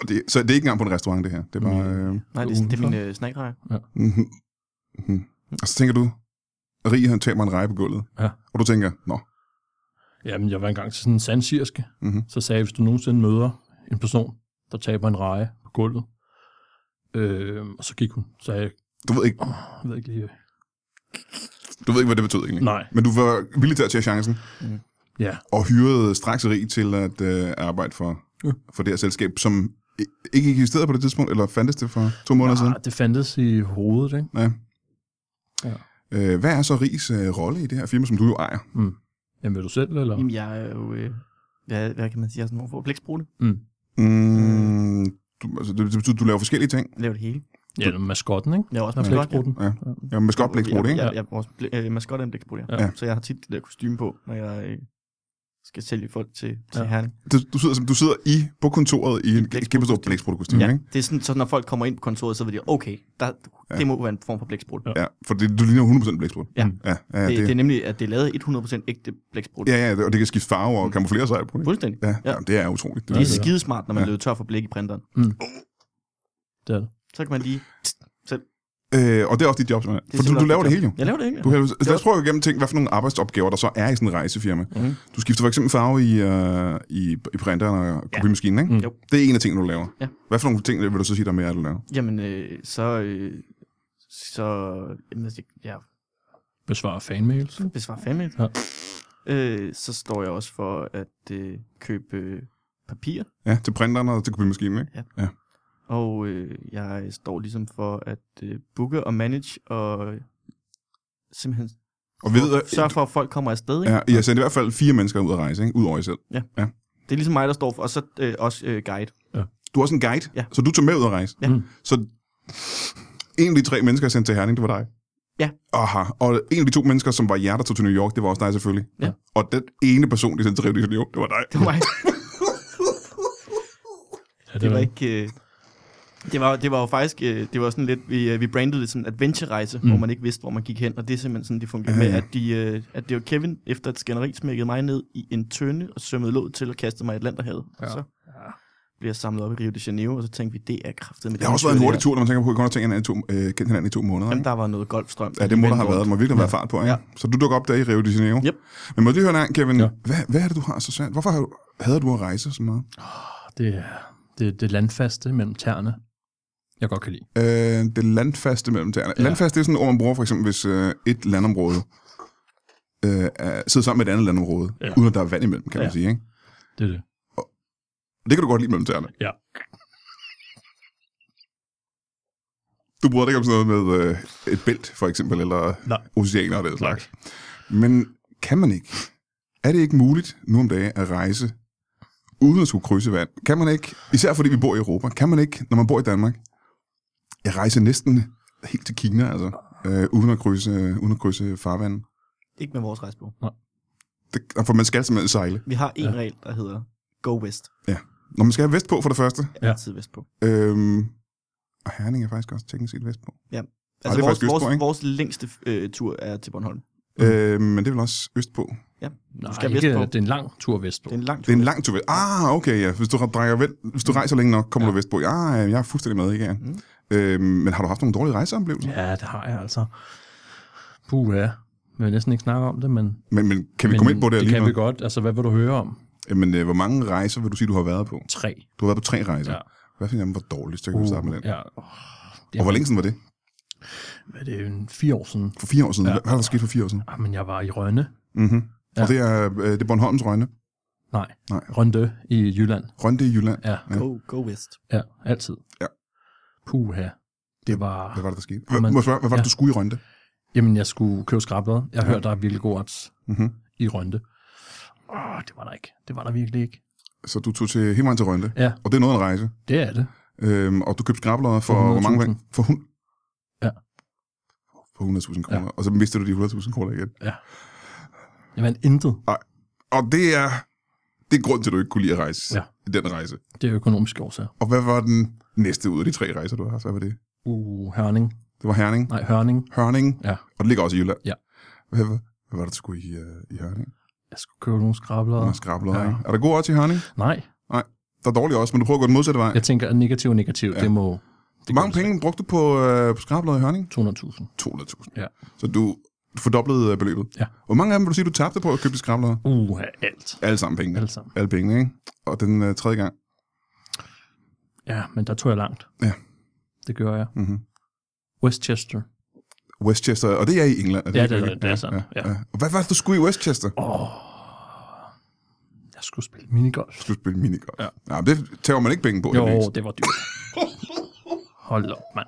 Og det, så det er ikke engang på en restaurant, det her. Det er bare...
Mm.
Øh,
Nej, det, er- det er min øh, snackrejer.
mhm. Mhm. Og så tænker du, Rie, han tager mig en reje på gulvet.
Ja.
Og du tænker, nå,
Jamen, jeg var engang til sådan en sandsirske,
Mhm.
mm-hmm. så sagde jeg, hvis du nogensinde møder en person, der taber en reje på gulvet, øh, og så gik hun, så sagde jeg,
du ved ikke,
"Åh, jeg ved ikke lige,
du ved ikke hvad det betød egentlig.
nej,
Men du var villig til at tage chancen,
ja,
og hyrede straks Rie til at øh, arbejde for,
Ja.
for det her selskab, som i- ikke eksisterede på det tidspunkt, eller fandtes det for to måneder siden?
ah, det fandtes i hovedet, ikke?
Ja.
Ja.
Øh, hvad er så Ries øh, rolle i det her firma, som du jo ejer?
Jamen, vil du selv, eller?
Jamen, jeg er jo... Øh, hvad, hvad kan man sige? Jeg er sådan en form for blæksprutte.
Mm.
Mm, du, altså, det, det betyder, at du laver forskellige ting.
Jeg laver det hele.
Ja, eller maskotten, ikke?
Jeg er også
Ja.
maskot.
Blæksprutten.
Ja, man skal oplægsbrug, ikke?
Jeg, jeg, jeg, vores blæ- øh, maskot er en blæksprutte, ja.
Ja.
ja. Så jeg har tit det der kostume på, når jeg øh, skal sælge folk til, til
Ja.
ja. Herning.
Du, du, sidder, som- du sidder i, på kontoret i en
blæksprut-
kæmpe stor blæksprutkostyme,
Ja,
ikke?
det er sådan, så når folk kommer ind på kontoret, så ved de, okay, der,
Mm-hmm. Ja.
det må være en form for blæksprutte.
Ja.
Ja, for det, du ligner 100% blæksprut.
Ja.
Ja, ja,
det,
det,
det, det, er nemlig, at det er lavet 100% ægte blæksprutte.
ja, ja, det- og det kan skifte farve og kamuflere sig. på, ikke?
Fuldstændig.
Ja,
Ja.
ja. det er utroligt. Det,
Det er
er-
skidesmart, når man
Ja.
ja. løber tør for blæk i printeren.
Det er det.
Så kan man lige...
øh, og det er også dit job, simpelthen.
Det
for du, du
er simpelthen
laver det
mit
hele jo.
Jeg laver det ikke.
Du kan, lad os prøve at gennemtænke, hvad for nogle arbejdsopgaver, der så er i sådan en rejsefirma.
Mhm.
Du skifter for eksempel farve i, øh, i, i printeren og kopimaskinen, ikke?
Mm.
Mhm. Jo.
Det er en af tingene, du laver.
Ja.
Hvad for nogle ting vil du så sige, der er mere, du laver?
Jamen, øh, så... Øh, så... Jamen, altså, jeg
Besvarer fanmails. ikke?
besvarer fandme.
Ja.
Ja. Øh, så står jeg også for at øh, købe øh, papir,
Ja, til printeren og til kopimaskinen, ikke?
og øh, jeg står ligesom for at øh, booke og manage, og øh, simpelthen
Og ved, at,
sørge for, at folk kommer afsted. Ikke?
ja,
Ja.
I har sendt i hvert fald fire mennesker ud at rejse, ikke? Udover jer selv.
Det er ligesom mig, der står for, og så øh, også øh, guide.
Du er også en guide,
Ja.
så du tog med ud at rejse.
Ja.
Mm.
Så en af de tre mennesker, jeg sendte til Herning, det var dig.
Ja.
Aha. Og en af de to mennesker, som var jer, der tog til New York, det var også dig selvfølgelig.
Ja.
Og den ene person, de sendte til Rio de Janeiro, det var dig.
Det var mig.
Ja, det,
Det var
det.
ikke... Øh, det var, det var jo faktisk, øh, det var sådan lidt, vi, øh, vi brandede det som adventure-rejse,
Mm.
mm. hvor man ikke vidste, hvor man gik hen, og det er simpelthen sådan, det fungerer
Ja,
med,
ja.
at, de, øh, at det var Kevin, efter et skænderi, smækkede mig ned i en tønde og sømmede låd til og kastede mig i Atlanterhavet, ja.
Ja.
og så
Ja.
blev jeg samlet op i Rio de Janeiro, og så tænkte vi, det er kraftet med
Det har også været en hurtig tur, når man tænker på, at vi kun har tænkt hinanden i to, øh, kendt hinanden i to måneder.
Jamen,
Ikke?
der var noget golfstrøm.
Ja, det må der have været. Der må virkelig have været fart på, ikke?
Ja.
Så du dukker op der i Rio de Janeiro.
Yep.
Men må jeg lige høre en gang, Kevin,
Ja.
hvad, hvad er det, du har så svært? Hvorfor har du- hader du at rejse så meget?
Det, er- det, det landfaste mellem tæerne, jeg godt kan lide.
Øh, det landfaste mellem tæerne. Ja.
Ja.
Landfaste det er sådan et ord, man bruger for eksempel, hvis øh, et landområde øh, er, sidder sammen med et andet landområde, ja.
Ja.
uden at der er vand imellem, kan ja. man
Ja.
sige. Ikke?
Det er det.
Det kan du godt lide mellem tæerne.
Ja.
Du bruger det ikke om sådan noget med øh, et bælt, for eksempel, eller
Nej.
oceaner og den slags. Men kan man ikke? Er det ikke muligt nu om dagen at rejse uden at skulle krydse vand? Kan man ikke, især fordi vi bor i Europa, kan man ikke, når man bor i Danmark, jeg rejser næsten helt til Kina, altså, øh, uden, at krydse, uden at krydse farvandet?
Ikke med vores rejsebog.
Det, for man skal simpelthen sejle.
Vi har en
Ja.
ja. regel, der hedder Go West.
Når man skal have vest på for det første,
Ja. Altid vest på.
øhm, og Herning er faktisk også teknisk set vest på. det er
Altså, vores,
faktisk østpå,
vores,
ikke?
vores længste øh, tur er til Bornholm.
Mm. Øh, men det er vel også østpå.
Ja,
Nej,
du skal
ikke,
vest på.
det er en lang tur vestpå.
Det er en lang
Det
tur.
er en lang tur. Ah, okay, ja. Hvis du, drejer vel, hvis du rejser længe nok, kommer Mm. ja.
Ja.
du vestpå. Ja, ja, jeg er fuldstændig med, ikke? Ja. Mm.
Mm.
Øhm, men har du haft nogle dårlige rejseoplevelser? Ja.
Ja, det har jeg altså. Puh, ja. Jeg vil næsten ikke snakke om det, men...
Men, men kan vi
men
men, komme ind på det,
det
lige
kan
nu?
vi godt. Altså, hvad vil du høre om?
Jamen, øh, hvor mange rejser vil du sige, du har været på?
Tre.
Du har været på tre rejser. Ja.
Ja. Uh,
Hvad finder jeg, hvor dårligt, så kan vi starte med den.
ja.
Og hvor længe siden var det?
hvad er det, en fire år siden.
For fire år siden.
Ja.
Hvad er der sket for fire år siden?
Ah, men jeg var i Rønne.
Mm-hmm. Ja. Og
Ja.
det er, øh, det er Bornholms Rønne.
Nej,
Nej.
Rønde i Jylland.
Rønne i Jylland.
Ja,
Go, go west.
ja, altid.
Ja.
Puha. Det var...
Hvad var det, der skete?
Jamen,
Hvad, må jeg spørge, hvad var det,
ja.
du skulle i Rønne?
Jamen, jeg skulle købe skrabler. Jeg hørte, der er virkelig god odds
Mm-hmm.
i Rønde. Åh, det var der ikke. Det var der virkelig ikke.
Så du tog til, hele vejen til Rønne.
Ja.
Og det er noget af en rejse.
Det er det.
Øhm, og du købte skrabler for hvor mange
100.000.
penge? For, hun...
Ja.
for 100.000 kroner. Ja. Og så mistede du de 100.000 kroner igen.
Jeg vandt intet.
Og det er, det er grunden til, at du ikke kunne lide at rejse
Ja.
i den rejse.
Det er økonomiske årsager.
Og hvad var den næste ud af de tre rejser, du har haft? Hvad var det?
Uh, Hørning.
Det var Herning.
Nej, Hørning.
Hørning.
Ja.
Og det ligger også i Jylland.
Ja.
Hvad, hvad, hvad var det, du skulle i, uh, i Herning?
Jeg skulle købe nogle skrabler.
Ja. Skrabler,
Ja.
ja. Er der god odds i Herning?
Nej,
Der er dårligt også, men du prøver at gå den modsatte vej.
jeg tænker, at negativ og negativ,
Ja.
ja. det må...
Hvor
Det
mange penge brugte du på, øh, på skrabler i Herning?
200.000.
200.000.
Ja.
Så du du fordoblede øh, beløbet.
Ja.
Hvor mange af dem vil du sige, du tabte på at købe de skrabler?
Uh, alt.
Alle sammen pengene.
Alt sammen.
Alle pengene, ikke? Og den øh, tredje gang.
Ja, men der tog jeg langt.
Ja.
Det gør jeg.
Mm-hmm.
Westchester.
Westchester, og det er i England. Er
Ja,
ikke
det er-
rigtigt?
det er sandt, ja.
Og Hvad var det, du skulle i Westchester?
Åh. Oh. Jeg skulle spille minigolf.
Du skulle spille minigolf.
Ja.
ja. men det tager man ikke penge på. heldigvis.
Jo, det var dyrt. Hold op, mand.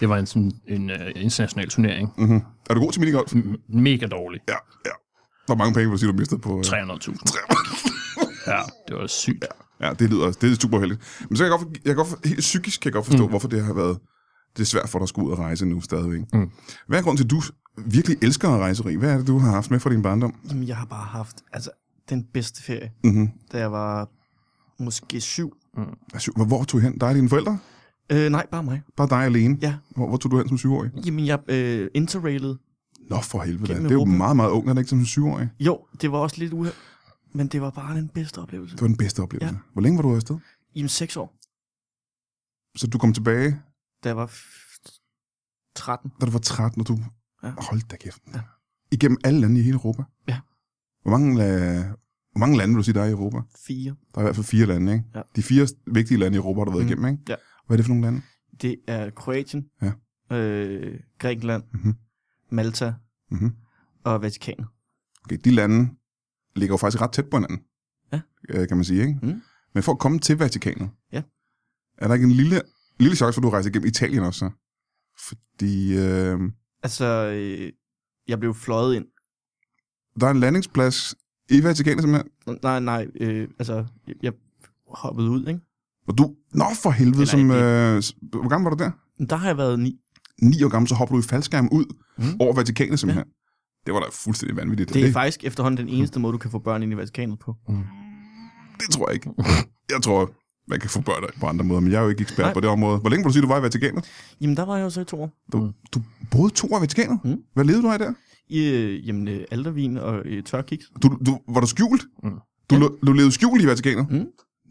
Det var en, sådan, en uh, international turnering.
Mm-hmm. Er du god til minigolf?
M- mega dårlig.
Mm-hmm. Ja, ja. Hvor mange penge vil du sige, du mistede på? øh,
300.000. Ja, det var sygt.
Ja, det lyder også. Det er super heldigt. Men så kan jeg godt, for- jeg kan godt for- helt psykisk kan jeg godt forstå, mm. hvorfor det har været det er svært for dig at skulle ud og rejse nu stadigvæk. Mm. Hvad er grunden til, at du virkelig elsker at rejse, Rie? Hvad er det, du har haft med fra din barndom?
Jamen, jeg har bare haft altså, den bedste ferie,
Mm-hmm.
da jeg var måske syv.
Altså, hvor, hvor tog I hen? Dig og dine forældre?
Øh, nej, bare mig.
Bare dig alene?
Ja.
Hvor, hvor tog du hen som syvårig?
Jamen, jeg øh, interrailede.
Nå, for helvede. da.
Gennem
Det er jo
Europa.
meget, meget ung, er det ikke som syvårig?
Jo, det var også lidt uheld, men det var bare den bedste oplevelse.
Det var den bedste oplevelse. Ja. Hvor længe var du afsted?
Jamen, seks år,
Så du kom tilbage,
da jeg var f- 13.
da du var 13, og du... Ja.
Ja.
Hold da kæft. Ja.
Ja.
Igennem alle lande i hele Europa?
Ja.
Hvor mange, la- hvor mange lande vil du sige, der er i Europa?
Fire.
Der er i hvert fald fire lande, ikke?
Ja.
De fire vigtige lande i Europa, har du været
Mm.
igennem, ikke?
Ja.
Hvad er det for nogle lande?
Det er Kroatien,
Ja.
øh, Grækenland,
Mhm.
mm-hmm. Malta
Mm-hmm.
og Vatikanet.
Okay, de lande ligger jo faktisk ret tæt på hinanden,
Ja.
øh, kan man sige, ikke?
Mm.
Men for at komme til Vatikanet,
Ja.
er der ikke en lille, lille chance for, at du rejser igennem Italien også? så? Fordi øh,
Altså, øh, jeg blev fløjet ind.
der er en landingsplads i Vatikanet simpelthen,
Nej, nej, øh, altså, jeg, jeg hoppede ud, ikke?
hvor du... Nå for helvede,
Eller
som...
ikke.
Øh, s- hvor gammel var du der?
Men Der har jeg været ni.
Ni år gammel, så hopper du i faldskærm ud
Mm.
over Vatikanet simpelthen. Ja. Det var da fuldstændig vanvittigt.
Det er faktisk efterhånden den eneste måde, du kan få børn ind i Vatikanet på.
Det tror jeg ikke. Jeg tror, man kan få børn på andre måder, men jeg er jo ikke ekspert Nej.
Nej.
på det område. Hvor længe var du sige, du var i Vatikanet?
Jamen, der var jeg jo så i to år.
Du, du boede to år i Vatikanet? Mm.
Mm.
Hvad levede du af der?
I, øh, jamen, øh, aldervin og øh, tørkiks.
Du, du, var du skjult? Mm.
Mm.
Du, ja. du levede skjult i Vatikanet?
Mm.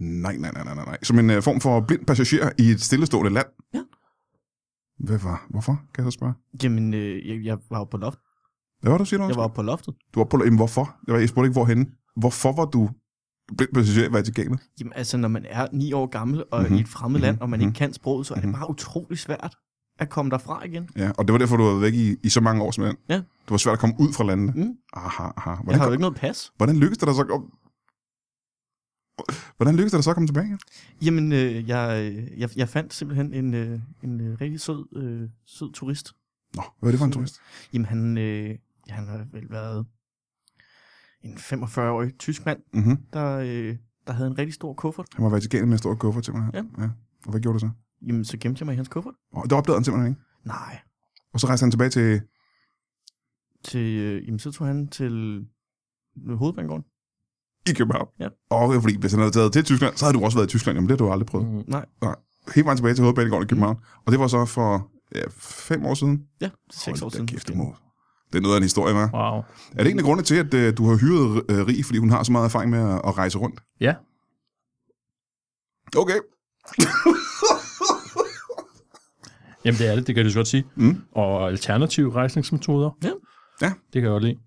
Nej, nej, nej, nej, nej, nej. Som en uh, form for blind passager i et stillestående land?
Ja.
Hvad var? Hvorfor, kan jeg så spørge?
Jamen, øh, jeg, jeg var jo på loftet.
Hvad var det, du siger?
Jeg var jo på loftet.
Du var på... Jamen, hvorfor? Jeg var- Jeg spurgte ikke, hvorhenne. Hvorfor var du blind passager i Vatikanet?
Jamen, altså, når man er ni år gammel
Mhm.
og mm-hmm. i et fremmed land, og man
Mhm.
ikke kan sproget, så er det bare utrolig svært at komme derfra igen.
Ja, og det var derfor, du havde væk i, i så mange år simpelthen.
Ja.
Det var svært at komme ud fra landene.
Mm.
Aha, aha. Hvordan,
Jeg har jo ikke noget pas.
Hvordan lykkedes det dig så at komme... Hvordan lykkedes det dig så at komme tilbage? igen?
Jamen, øh, jeg, øh, jeg, jeg fandt simpelthen en, øh, en øh, rigtig sød, øh, sød turist.
Nå, hvad er det for en turist?
Jamen, han, øh, han har vel været en 45-årig tysk mand,
Mm-hmm.
der, øh, der havde en rigtig stor kuffert.
Han var Vatikanet med en stor kuffert til mig.
Ja.
ja. Og hvad gjorde du så?
Jamen, så gemte jeg mig i hans kuffert.
Og det opdagede han simpelthen ikke.
Nej.
Og så rejste han tilbage til...
Til, øh, jamen, så tog han til øh, hovedbanegården.
I København.
Ja.
Og det var fordi, hvis han havde taget til Tyskland, så havde du også været i Tyskland. Jamen, det har du aldrig prøvet. Mm.
Mm.
Nej,
Helt vejen tilbage til hovedbanegården i København. Mm. Og det var så for ja, fem år siden.
ja, seks
Hold
år
da
siden.
Kæft, det, må. det er noget af en historie, hva'?
Wow.
Er det en af grundene til, at øh, du har hyret øh, Rig, fordi hun har så meget erfaring med at- at rejse rundt?
Ja.
Okay.
Jamen, det er det. Det kan du så godt sige.
Mm.
Og alternative rejsningsmetoder.
Ja.
Ja.
Det kan jeg godt lide.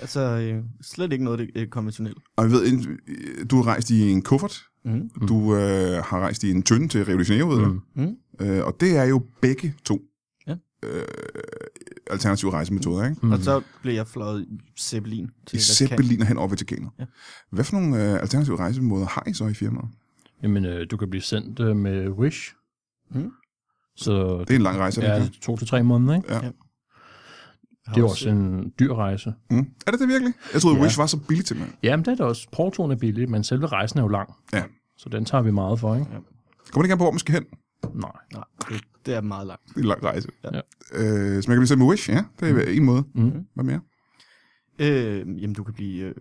Altså, øh, slet ikke noget af det øh, konventionelle.
Og jeg ved, en- øh, du har rejst i en kuffert.
Mm.
Mm. Du øh, har rejst i en tynde til Rio de Janeiro, mm.
Mm.
øh, og det er jo begge to
Ja.
øh, alternative rejsemetoder, ikke?
Mm. Og så blev jeg fløjet i Zeppelin.
I Zeppelin og hen over Vatikanet. Ja. Hvad for nogle øh, alternative rejsemåder har I så i firmaet?
Jamen, øh, du kan blive sendt øh, med Wish.
Mm.
Så
Det er en lang rejse, er det
ja,
ikke?
to til tre måneder, ikke?
Ja.
Ja.
Det er jo også en dyr rejse.
Mm. Er det det virkelig? Jeg troede,
Ja.
Wish var så billigt til mig.
Jamen, det er da også. Portoen er billig, men selve rejsen er jo lang.
Ja.
Så den tager vi meget for, ikke?
Kommer det ikke an på, hvor man skal hen?
Nej.
Nej, det, det er meget langt.
Det er en lang rejse.
Ja.
Ja.
Øh, så man kan blive sendt med Wish, ja. Det er en måde.
Mm.
Hvad mere?
Øh, jamen, du kan blive, øh,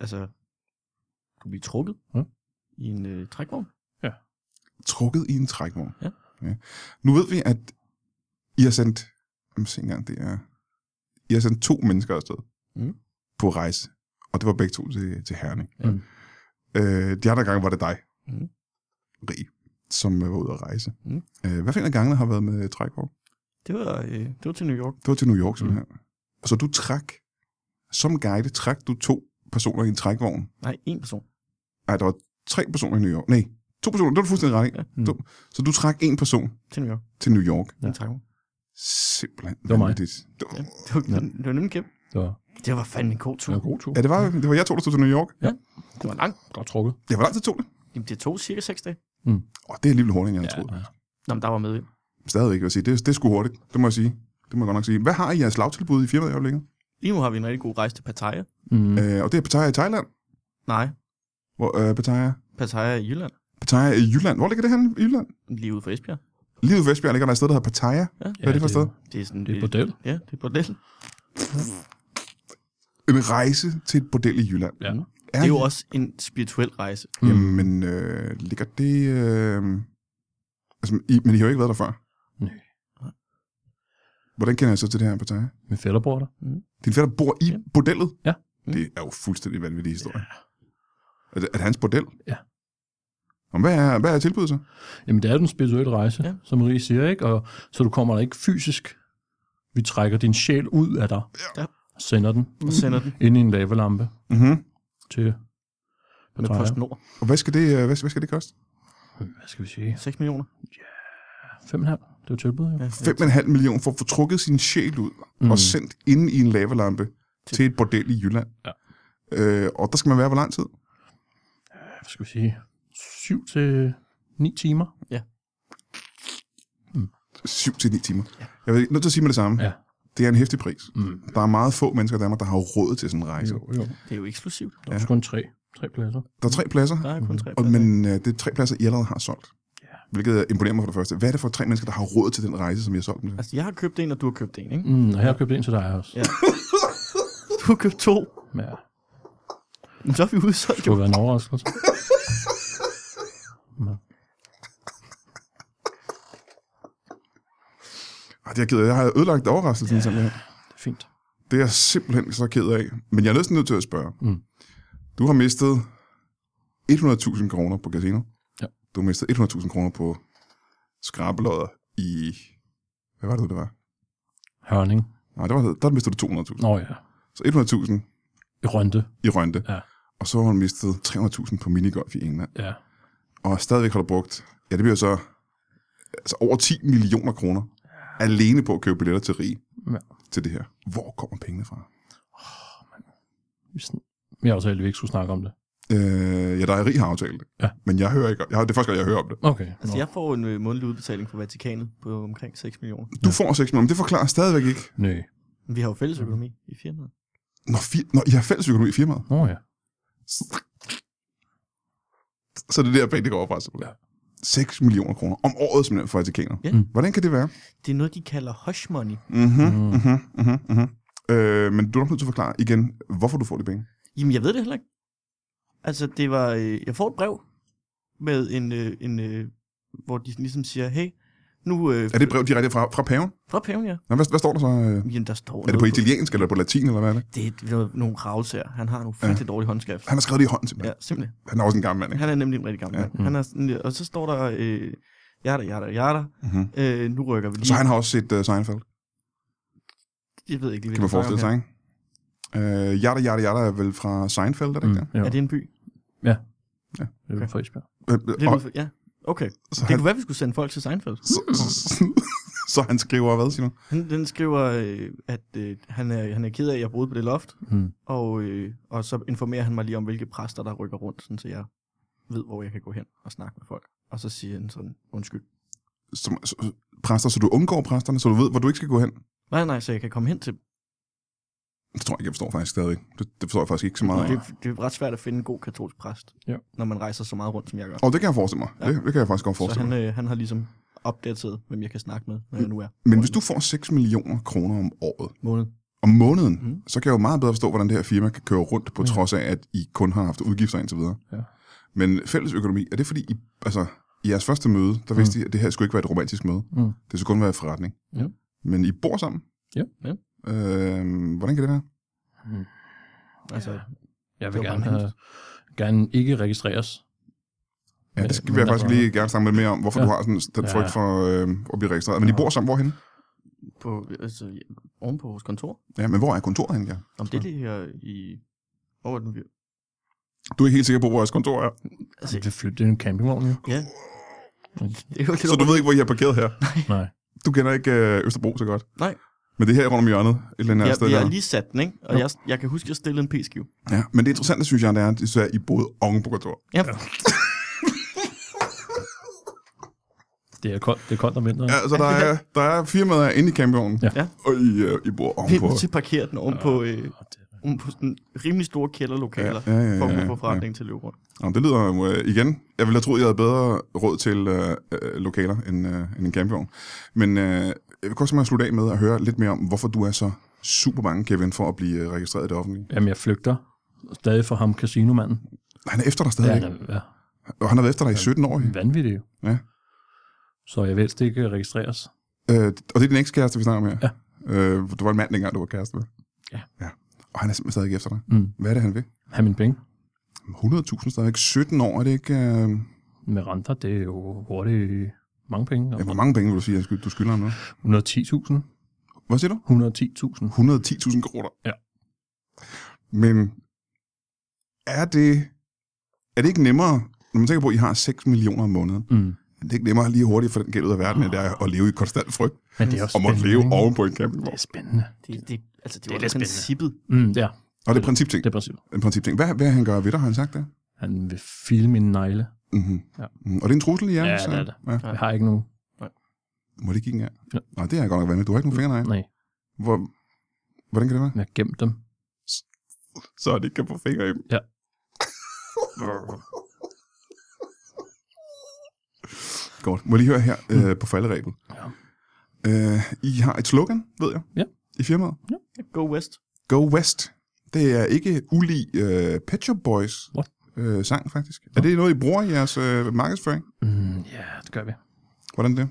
altså, du kan blive trukket
Mm.
i en øh, trækvogn.
Trukket i en trækvogn.
Ja.
ja. Nu ved vi, at I har sendt... Jamen, se engang, det er... I har sendt to mennesker afsted
Mm.
på rejse. Og det var begge to til, til Herning.
Ja.
Øh, de andre gange var det dig,
Mm.
Rig, som øh, var ude at rejse.
Mm.
Øh, hvad for en af gangene har været med trækvogn?
Det var, øh, det var til New York.
Det var til New York, simpelthen. Mm. Så du trak, som guide, trak du to personer i en trækvogn
Nej, en person.
Nej, der var tre personer i New York. Nej, to personer. Det var du fuldstændig ret i.
Mm.
Du- Så du trak en person
Til New York.
til New York.
Ja.
Ja.
En trækvogn.
Simpelthen.
Det var mig.
vanvittigt. Det var,
Ja, det var,
Ja.
det var nemlig kæmpe.
Det var,
Det var fandme en god tur.
det var en god tur.
ja, det var, det var jeg to, der stod til New York.
Det var langt.
Godt trukket.
Ja, hvor lang tid tog det?
Jamen, det tog cirka 6 dage.
Åh, det er alligevel hurtigt, end jeg ja. troede.
Nå, men der var med. jo.
Stadigvæk, vil jeg sige. Det, det er sgu hurtigt. Det må jeg sige. Det må jeg godt nok sige. Hvad har I i jeres slagtilbud i firmaet i øjeblikket?
Lige nu har vi en rigtig god rejse til Pattaya.
Mm.
Mm. Øh, og det er Pattaya i Thailand.
Nej,
Hvor, øh, Pattaya,
Pattaya i Jylland.
Pattaya i Jylland. Hvor ligger det henne i Jylland?
Lige ude for Esbjerg.
Lige ude i Vestbjerg ligger der et sted, der hedder Pattaya.
Ja,
Hvad er det for et sted?
Det er sådan...
Det er et bordel.
Ja, det er et bordel.
En rejse til et bordel i Jylland.
Ja. Mm.
Det er jo også Mm. en spirituel rejse.
Jamen, øh, ligger det... Øh, altså, I, men I har jo ikke været der før.
Nej.
Hvordan kender jeg så til det her Pattaya?
Min fætter bor der.
Din fætter bor i
Ja.
bordellet? Mm.
Ja.
Det er jo fuldstændig vanvittig historie. Er, det, er det hans bordel?
Ja.
Og hvad er, hvad er tilbuddet så?
Jamen, det er jo den spirituelle rejse,
Ja.
ja. som Marie siger, ikke? Og, så du kommer der ikke fysisk. Vi trækker din sjæl ud af dig.
Ja.
Og sender den
Og sender den
ind i en lavalampe
Mm-hmm.
til...
med
Pattaya.
PostNord.
Og hvad skal det, øh, hvad, hvad skal det koste?
Hvad skal vi sige?
6 millioner.
5,5. Det er jo tilbud, jo.
Ja,
5,5 millioner for at få trukket sin sjæl ud mm.
Mm.
og sendt ind i en lavalampe til, til et bordel i Jylland.
Ja.
Øh, og der skal man være hvor lang tid?
Hvad skal vi sige? 7 til 9 timer.
7-9 timer. Ja. Jeg er nødt til at sige med det samme.
Ja.
Det er en hæftig pris.
Mm.
Der er meget få mennesker i Danmark, der har råd til sådan en rejse. Jo.
jo.
Det er jo eksklusivt.
Der er ja. kun tre, tre pladser.
Der er tre pladser,
Der er kun tre
og,
pladser.
men øh, det er tre pladser, I allerede har solgt. Hvilket imponerer mig for det første. Hvad er det for tre mennesker, der har råd til den rejse, som jeg har solgt dem til?
Altså, jeg har købt en, og du har købt en, ikke?
Mm, og her har jeg købt en til dig også.
Ja. Du har købt to.
Ja.
Men så er vi udsolgt
Det
jo.
kunne være en overraskelse.
Ej, Ah, det er jeg ked af. Jeg har ødelagt overraskelsen ja. simpelthen.
Det er fint.
Det er jeg simpelthen så ked af. Men jeg er næsten nødt til at spørge.
Mm.
Du har mistet 100.000 kroner på casino.
Ja.
Du har mistet 100.000 kroner på skrabelodder i... Hvad var det, det var?
Hørning.
Nej, det var, der mistede du 200.000.
Nå ja.
Så 100.000
I Rønte.
i Rønte.
Ja.
Og så har hun mistet 300.000 på minigolf i England.
Ja.
Og stadigvæk har du brugt... Ja, det bliver så altså over 10 millioner kroner alene på at købe billetter til rig
Ja.
til det her. Hvor kommer pengene fra?
Vi sn- Vi aftalte, at vi ikke skulle snakke om det.
Øh, ja, der er rig har aftalt det.
Ja.
Men jeg hører ikke jeg, Det er første gang, jeg hører om det.
Okay.
Altså,
nå.
jeg får en øh, månedlig udbetaling fra Vatikanet på omkring 6 millioner.
Du får 6 millioner, men det forklarer stadigvæk ikke.
Nej.
Men Vi har jo fælles økonomi i firmaet.
Når, fir, når I har fælles økonomi i firmaet,
Nå ja.
så, så er det der penge, det går op fra. Ja. 6 millioner kroner om året, simpelthen, for etikaner.
Ja.
Mm.
Hvordan kan det være?
Det er noget, de kalder hush money.
Mm-hmm,
Mm.
mm-hmm, mm-hmm, mm-hmm. Øh, men du er nok nødt til at forklare igen, hvorfor du får de penge.
Jamen, jeg ved det heller ikke. Altså, det var... Øh, jeg får et brev med en... Øh, en øh, hvor de ligesom siger, hey, nu... Øh,
Er det et brev direkte fra, fra paven?
fra paven, ja.
Nå, hvad, hvad står der så? øh?
Jamen, der står
Er det på
noget
italiensk, eller på latin, eller hvad er det?
Det er noget, nogle kravlsager. Han har nogle fandme ja. dårlige håndskrift.
Han har skrevet det i hånden til mig. Ja.
Ja, simpelthen.
Han er også en gammel mand, ikke?
Han er nemlig en rigtig gammel mand. Han er sådan, og så står der, øh, jada, jada, jada,
Mhm.
øh, nu rykker vi lige.
Så han har også set uh, Seinfeld.
Jeg ved ikke lige,
Kan
hvad
man
det er,
forestille sig,
her.
ikke? Øh, Jada Jada Jada er vel fra Seinfeld, er det ikke det?
Jo.
Er det en by?
Mm. Det er fra Esbjerg.
Øh, øh,
Lidt
og
ude for- ja, okay.
så
Det
han-
kunne være, vi skulle sende folk til Seinfeld.
så- så- så han skriver, hvad siger du?
Han, den skriver, øh, at øh, han, er, han er ked af, at jeg boede på det loft,
Mm.
og, øh, og så informerer han mig lige om, hvilke præster, der rykker rundt, sådan, så jeg ved, hvor jeg kan gå hen og snakke med folk. Og så siger han sådan, undskyld.
Som, så, præster, så du undgår præsterne, så du ved, hvor du ikke skal gå hen.
Nej, nej, så jeg kan komme hen til dem.
Det tror jeg ikke, jeg forstår faktisk stadigvæk. Det, det forstår jeg faktisk ikke så meget af.
Det, det er ret svært at finde en god katolsk præst,
Ja.
når man rejser så meget rundt, som jeg gør.
Og det kan jeg forestille mig. Ja.
Ja.
Det, det kan jeg faktisk godt
Så
forestille mig.
han, øh, han har ligesom opdateret, hvem jeg kan snakke med, når jeg nu er.
Men hvis du får 6 millioner kroner om året,
Måned.
om måneden, mm.
Mm.
så kan jeg jo meget bedre forstå, hvordan det her firma kan køre rundt, på mm. trods af, at I kun har haft udgifter indtil videre.
Ja.
Men fælles økonomi, er det fordi, I, altså, i jeres første møde, der vidste mm. I, at det her skulle ikke være et romantisk møde.
Mm.
Det skulle kun være et forretning.
Ja.
Men I bor sammen.
Ja.
Ja.
Øhm, hvordan kan det være?
Altså,
Jeg vil
Det var
gerne,
bare
have, gerne ikke registreres.
Ja,
Men-
det skal
men
vi
der
faktisk
var-
lige gerne snakke lidt mere om, hvorfor ja.
Ja.
du har sådan den
Ja.
frygt for øh, at blive registreret. Men I bor sammen hvorhen?
på, altså ja, ovenpå vores kontor.
Ja, men hvor er kontoret henne? Ja?
Om det ligger i... Hvor er den? vi-
Du er ikke helt sikker på, hvor jeres kontor er,
Altså,
Det flytter en campingvogn, jo.
ja. Det er jo lidt
så du ved ikke, hvor I har parkeret her.
Nej.
Du kender ikke øh, Østerbro så godt.
Nej.
Men det er her rundt om hjørnet, et eller andet
Ja,
sted.
vi
der.
har lige sat den, ikke? Og jeg, jeg kan huske, at jeg stillede en p-skive.
Ja, men det interessante, synes jeg, det er, at det så er, I boede oven på kontor.
Ja.
Det er koldt, det er koldt om vinteren.
Ja, så der er, der er firmaer inde i campingvognen,
Ja.
Ja.
og I, øh, I bor
Vi
ovenpå.
er til parkeret den ovenpå, øh,
Åh, det er-
ovenpå sådan rimelig store kælderlokaler,
Ja, ja, ja,
for at
ja,
kunne få
ja.
forretningen til at løbe rundt.
Nå, det lyder jo øh, igen. Jeg ville have troet, jeg havde bedre råd til øh, øh, lokaler end, øh, end en campingvogn. Men øh, jeg vil godt simpelthen slutte af med at høre lidt mere om, hvorfor du er så super bange, Kevin, for at blive øh, registreret i det offentlige.
Jamen, jeg flygter stadig fra ham, casinomanden.
Han er efter dig
Ja,
stadigvæk,
han
ja,
er ja,
og han har været efter dig i 17 år. ikke?
vanvittig, jo.
Ja.
Så jeg vil helst ikke registreres.
Øh, og det er din ekskæreste, vi snakker om her.
Ja.
Øh, du var en mand dengang, du var kæreste med.
Ja.
ja. Og han er simpelthen stadig efter dig.
Mm.
Hvad er det, han vil?
Have mine penge
100.000 stadigvæk. 17 år, er det ikke... Øh...
med renter, det er jo hurtigt mange penge.
Ja, hvor mange penge vil du sige, han skyld- du skylder ham nu?
110.000.
Hvad siger du?
110.000.
110.000 kroner.
Ja.
Men er det, er det ikke nemmere, når man tænker på, at I har 6 millioner om måneden,
Mm.
er det ikke nemmere lige hurtigt for den gæld ud af verden, end det er at leve i konstant frygt
Men det er også
om at
spændende,
leve
ikke?
oven på en
Det
campingvogn?
er spændende.
Det, det, altså, det,
er
var
lidt spændende.
princippet.
Mm, ja,
Og det er principting.
det er præcis.
En principting. Hvad, hvad han gør ved dig, har han sagt det?
Han vil filme mine negle.
Mm-hmm.
Ja.
Og det er en trussel, I er?
Ja,
så-
det er det.
Ja.
Jeg har ikke nogen.
Må det ikke give en gang?
Ja.
Nej, det har jeg godt nok været med. Du har ikke nogen fingre, nej.
Nej,
Hvor, hvordan kan det være?
men jeg har gemt dem.
Så er det ikke kan få fingre i dem.
Ja.
Godt. Må jeg lige høre her øh, på falderæbet.
Mm. Ja.
Øh, I har et slogan, ved jeg,
Ja.
i firmaet.
Go West.
Go West. Det er ikke ulig øh, Pet Shop Boys
What?
øh, sang, faktisk. Er det noget, I bruger i jeres øh, markedsføring?
Mm, ja, det gør vi.
Hvordan det?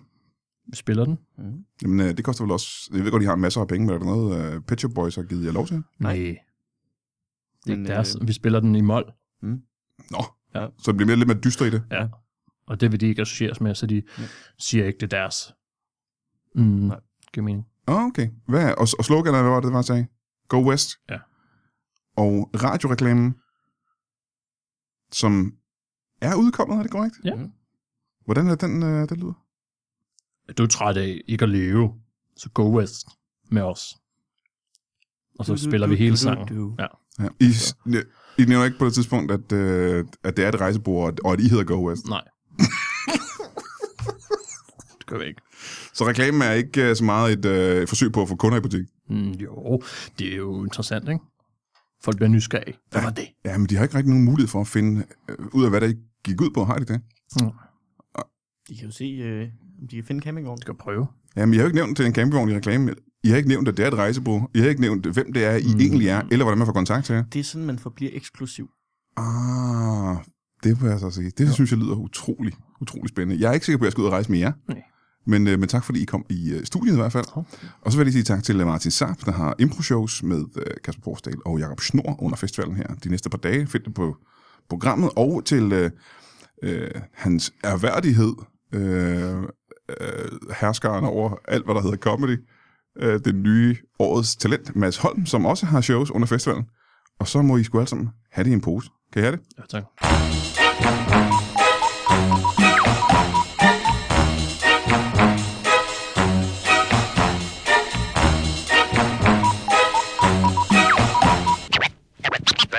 Vi spiller den.
Mm.
Jamen, øh, det koster vel også... Jeg ved godt, I har masser af penge, men er der noget, øh, Pet Shop Boys har givet jer lov til?
Nej.
Det er
Men,
ikke deres.
øh,
Vi spiller den i mol,
Nå.
Ja.
Så det bliver mere, lidt mere dyster i det.
og det vil de ikke associeres med, så de
Ja.
siger ikke, det er deres. Mm,
Nej.
giver mening.
Ah, okay. Hvad er, og, og sloganet, hvad var det, det var, sagde? Go West.
Ja.
Og radioreklamen, som er udkommet, er det korrekt?
Ja.
Mhm.
Hvordan er den, øh, den lyder?
Du Mm-hmm. er træt af ikke at leve, så go west med os. Og så
Du, du,
spiller
du,
vi hele
du, du,
sangen.
du.
Ja.
Ja. I, I nævner ikke på det tidspunkt, at, øh, at det er et rejsebord, og at- og at I hedder Go West.
Nej. det gør vi ikke.
Så reklamen er ikke øh, så meget et øh, forsøg på at få kunder i butik.
Mm, jo, det er jo interessant, ikke? Folk bliver nysgerrige. Hvad var det?
Ja, men de har ikke rigtig nogen mulighed for at finde øh, ud af, hvad der gik ud på, har de det?
Mm.
De kan jo se, øh, om de kan finde campingvognen.
Vi skal prøve.
Jamen, jeg har jo ikke nævnt, det er en campingvogn i reklamen. I har ikke nævnt, at det er et rejsebureau. I har ikke nævnt, hvem det er, I mm.
Mm.
egentlig er, eller hvordan man får kontakt til jer.
Det er sådan, man forbliver eksklusiv.
Ah, det vil jeg så sige. Det ja. synes jeg lyder utrolig, utrolig spændende. Jeg er ikke sikker på, at jeg skal ud og rejse med jer.
Nej.
Men, øh, men tak fordi I kom i øh, studiet i hvert fald.
Ja.
Og så vil jeg lige sige tak til øh, Martin Saab, der har impro-shows med øh, Kasper Porsdal og Jakob Schnor under festivalen her de næste par dage. Find det på programmet. Og til øh, øh, hans erhverdighed, øh, øh, herskeren over alt, hvad der hedder comedy, øh, den nye årets talent, Mads Holm, som også har shows under festivalen. Og så må I sgu alle sammen have det i en pose. Kan I have det?
Ja, tak.
Thank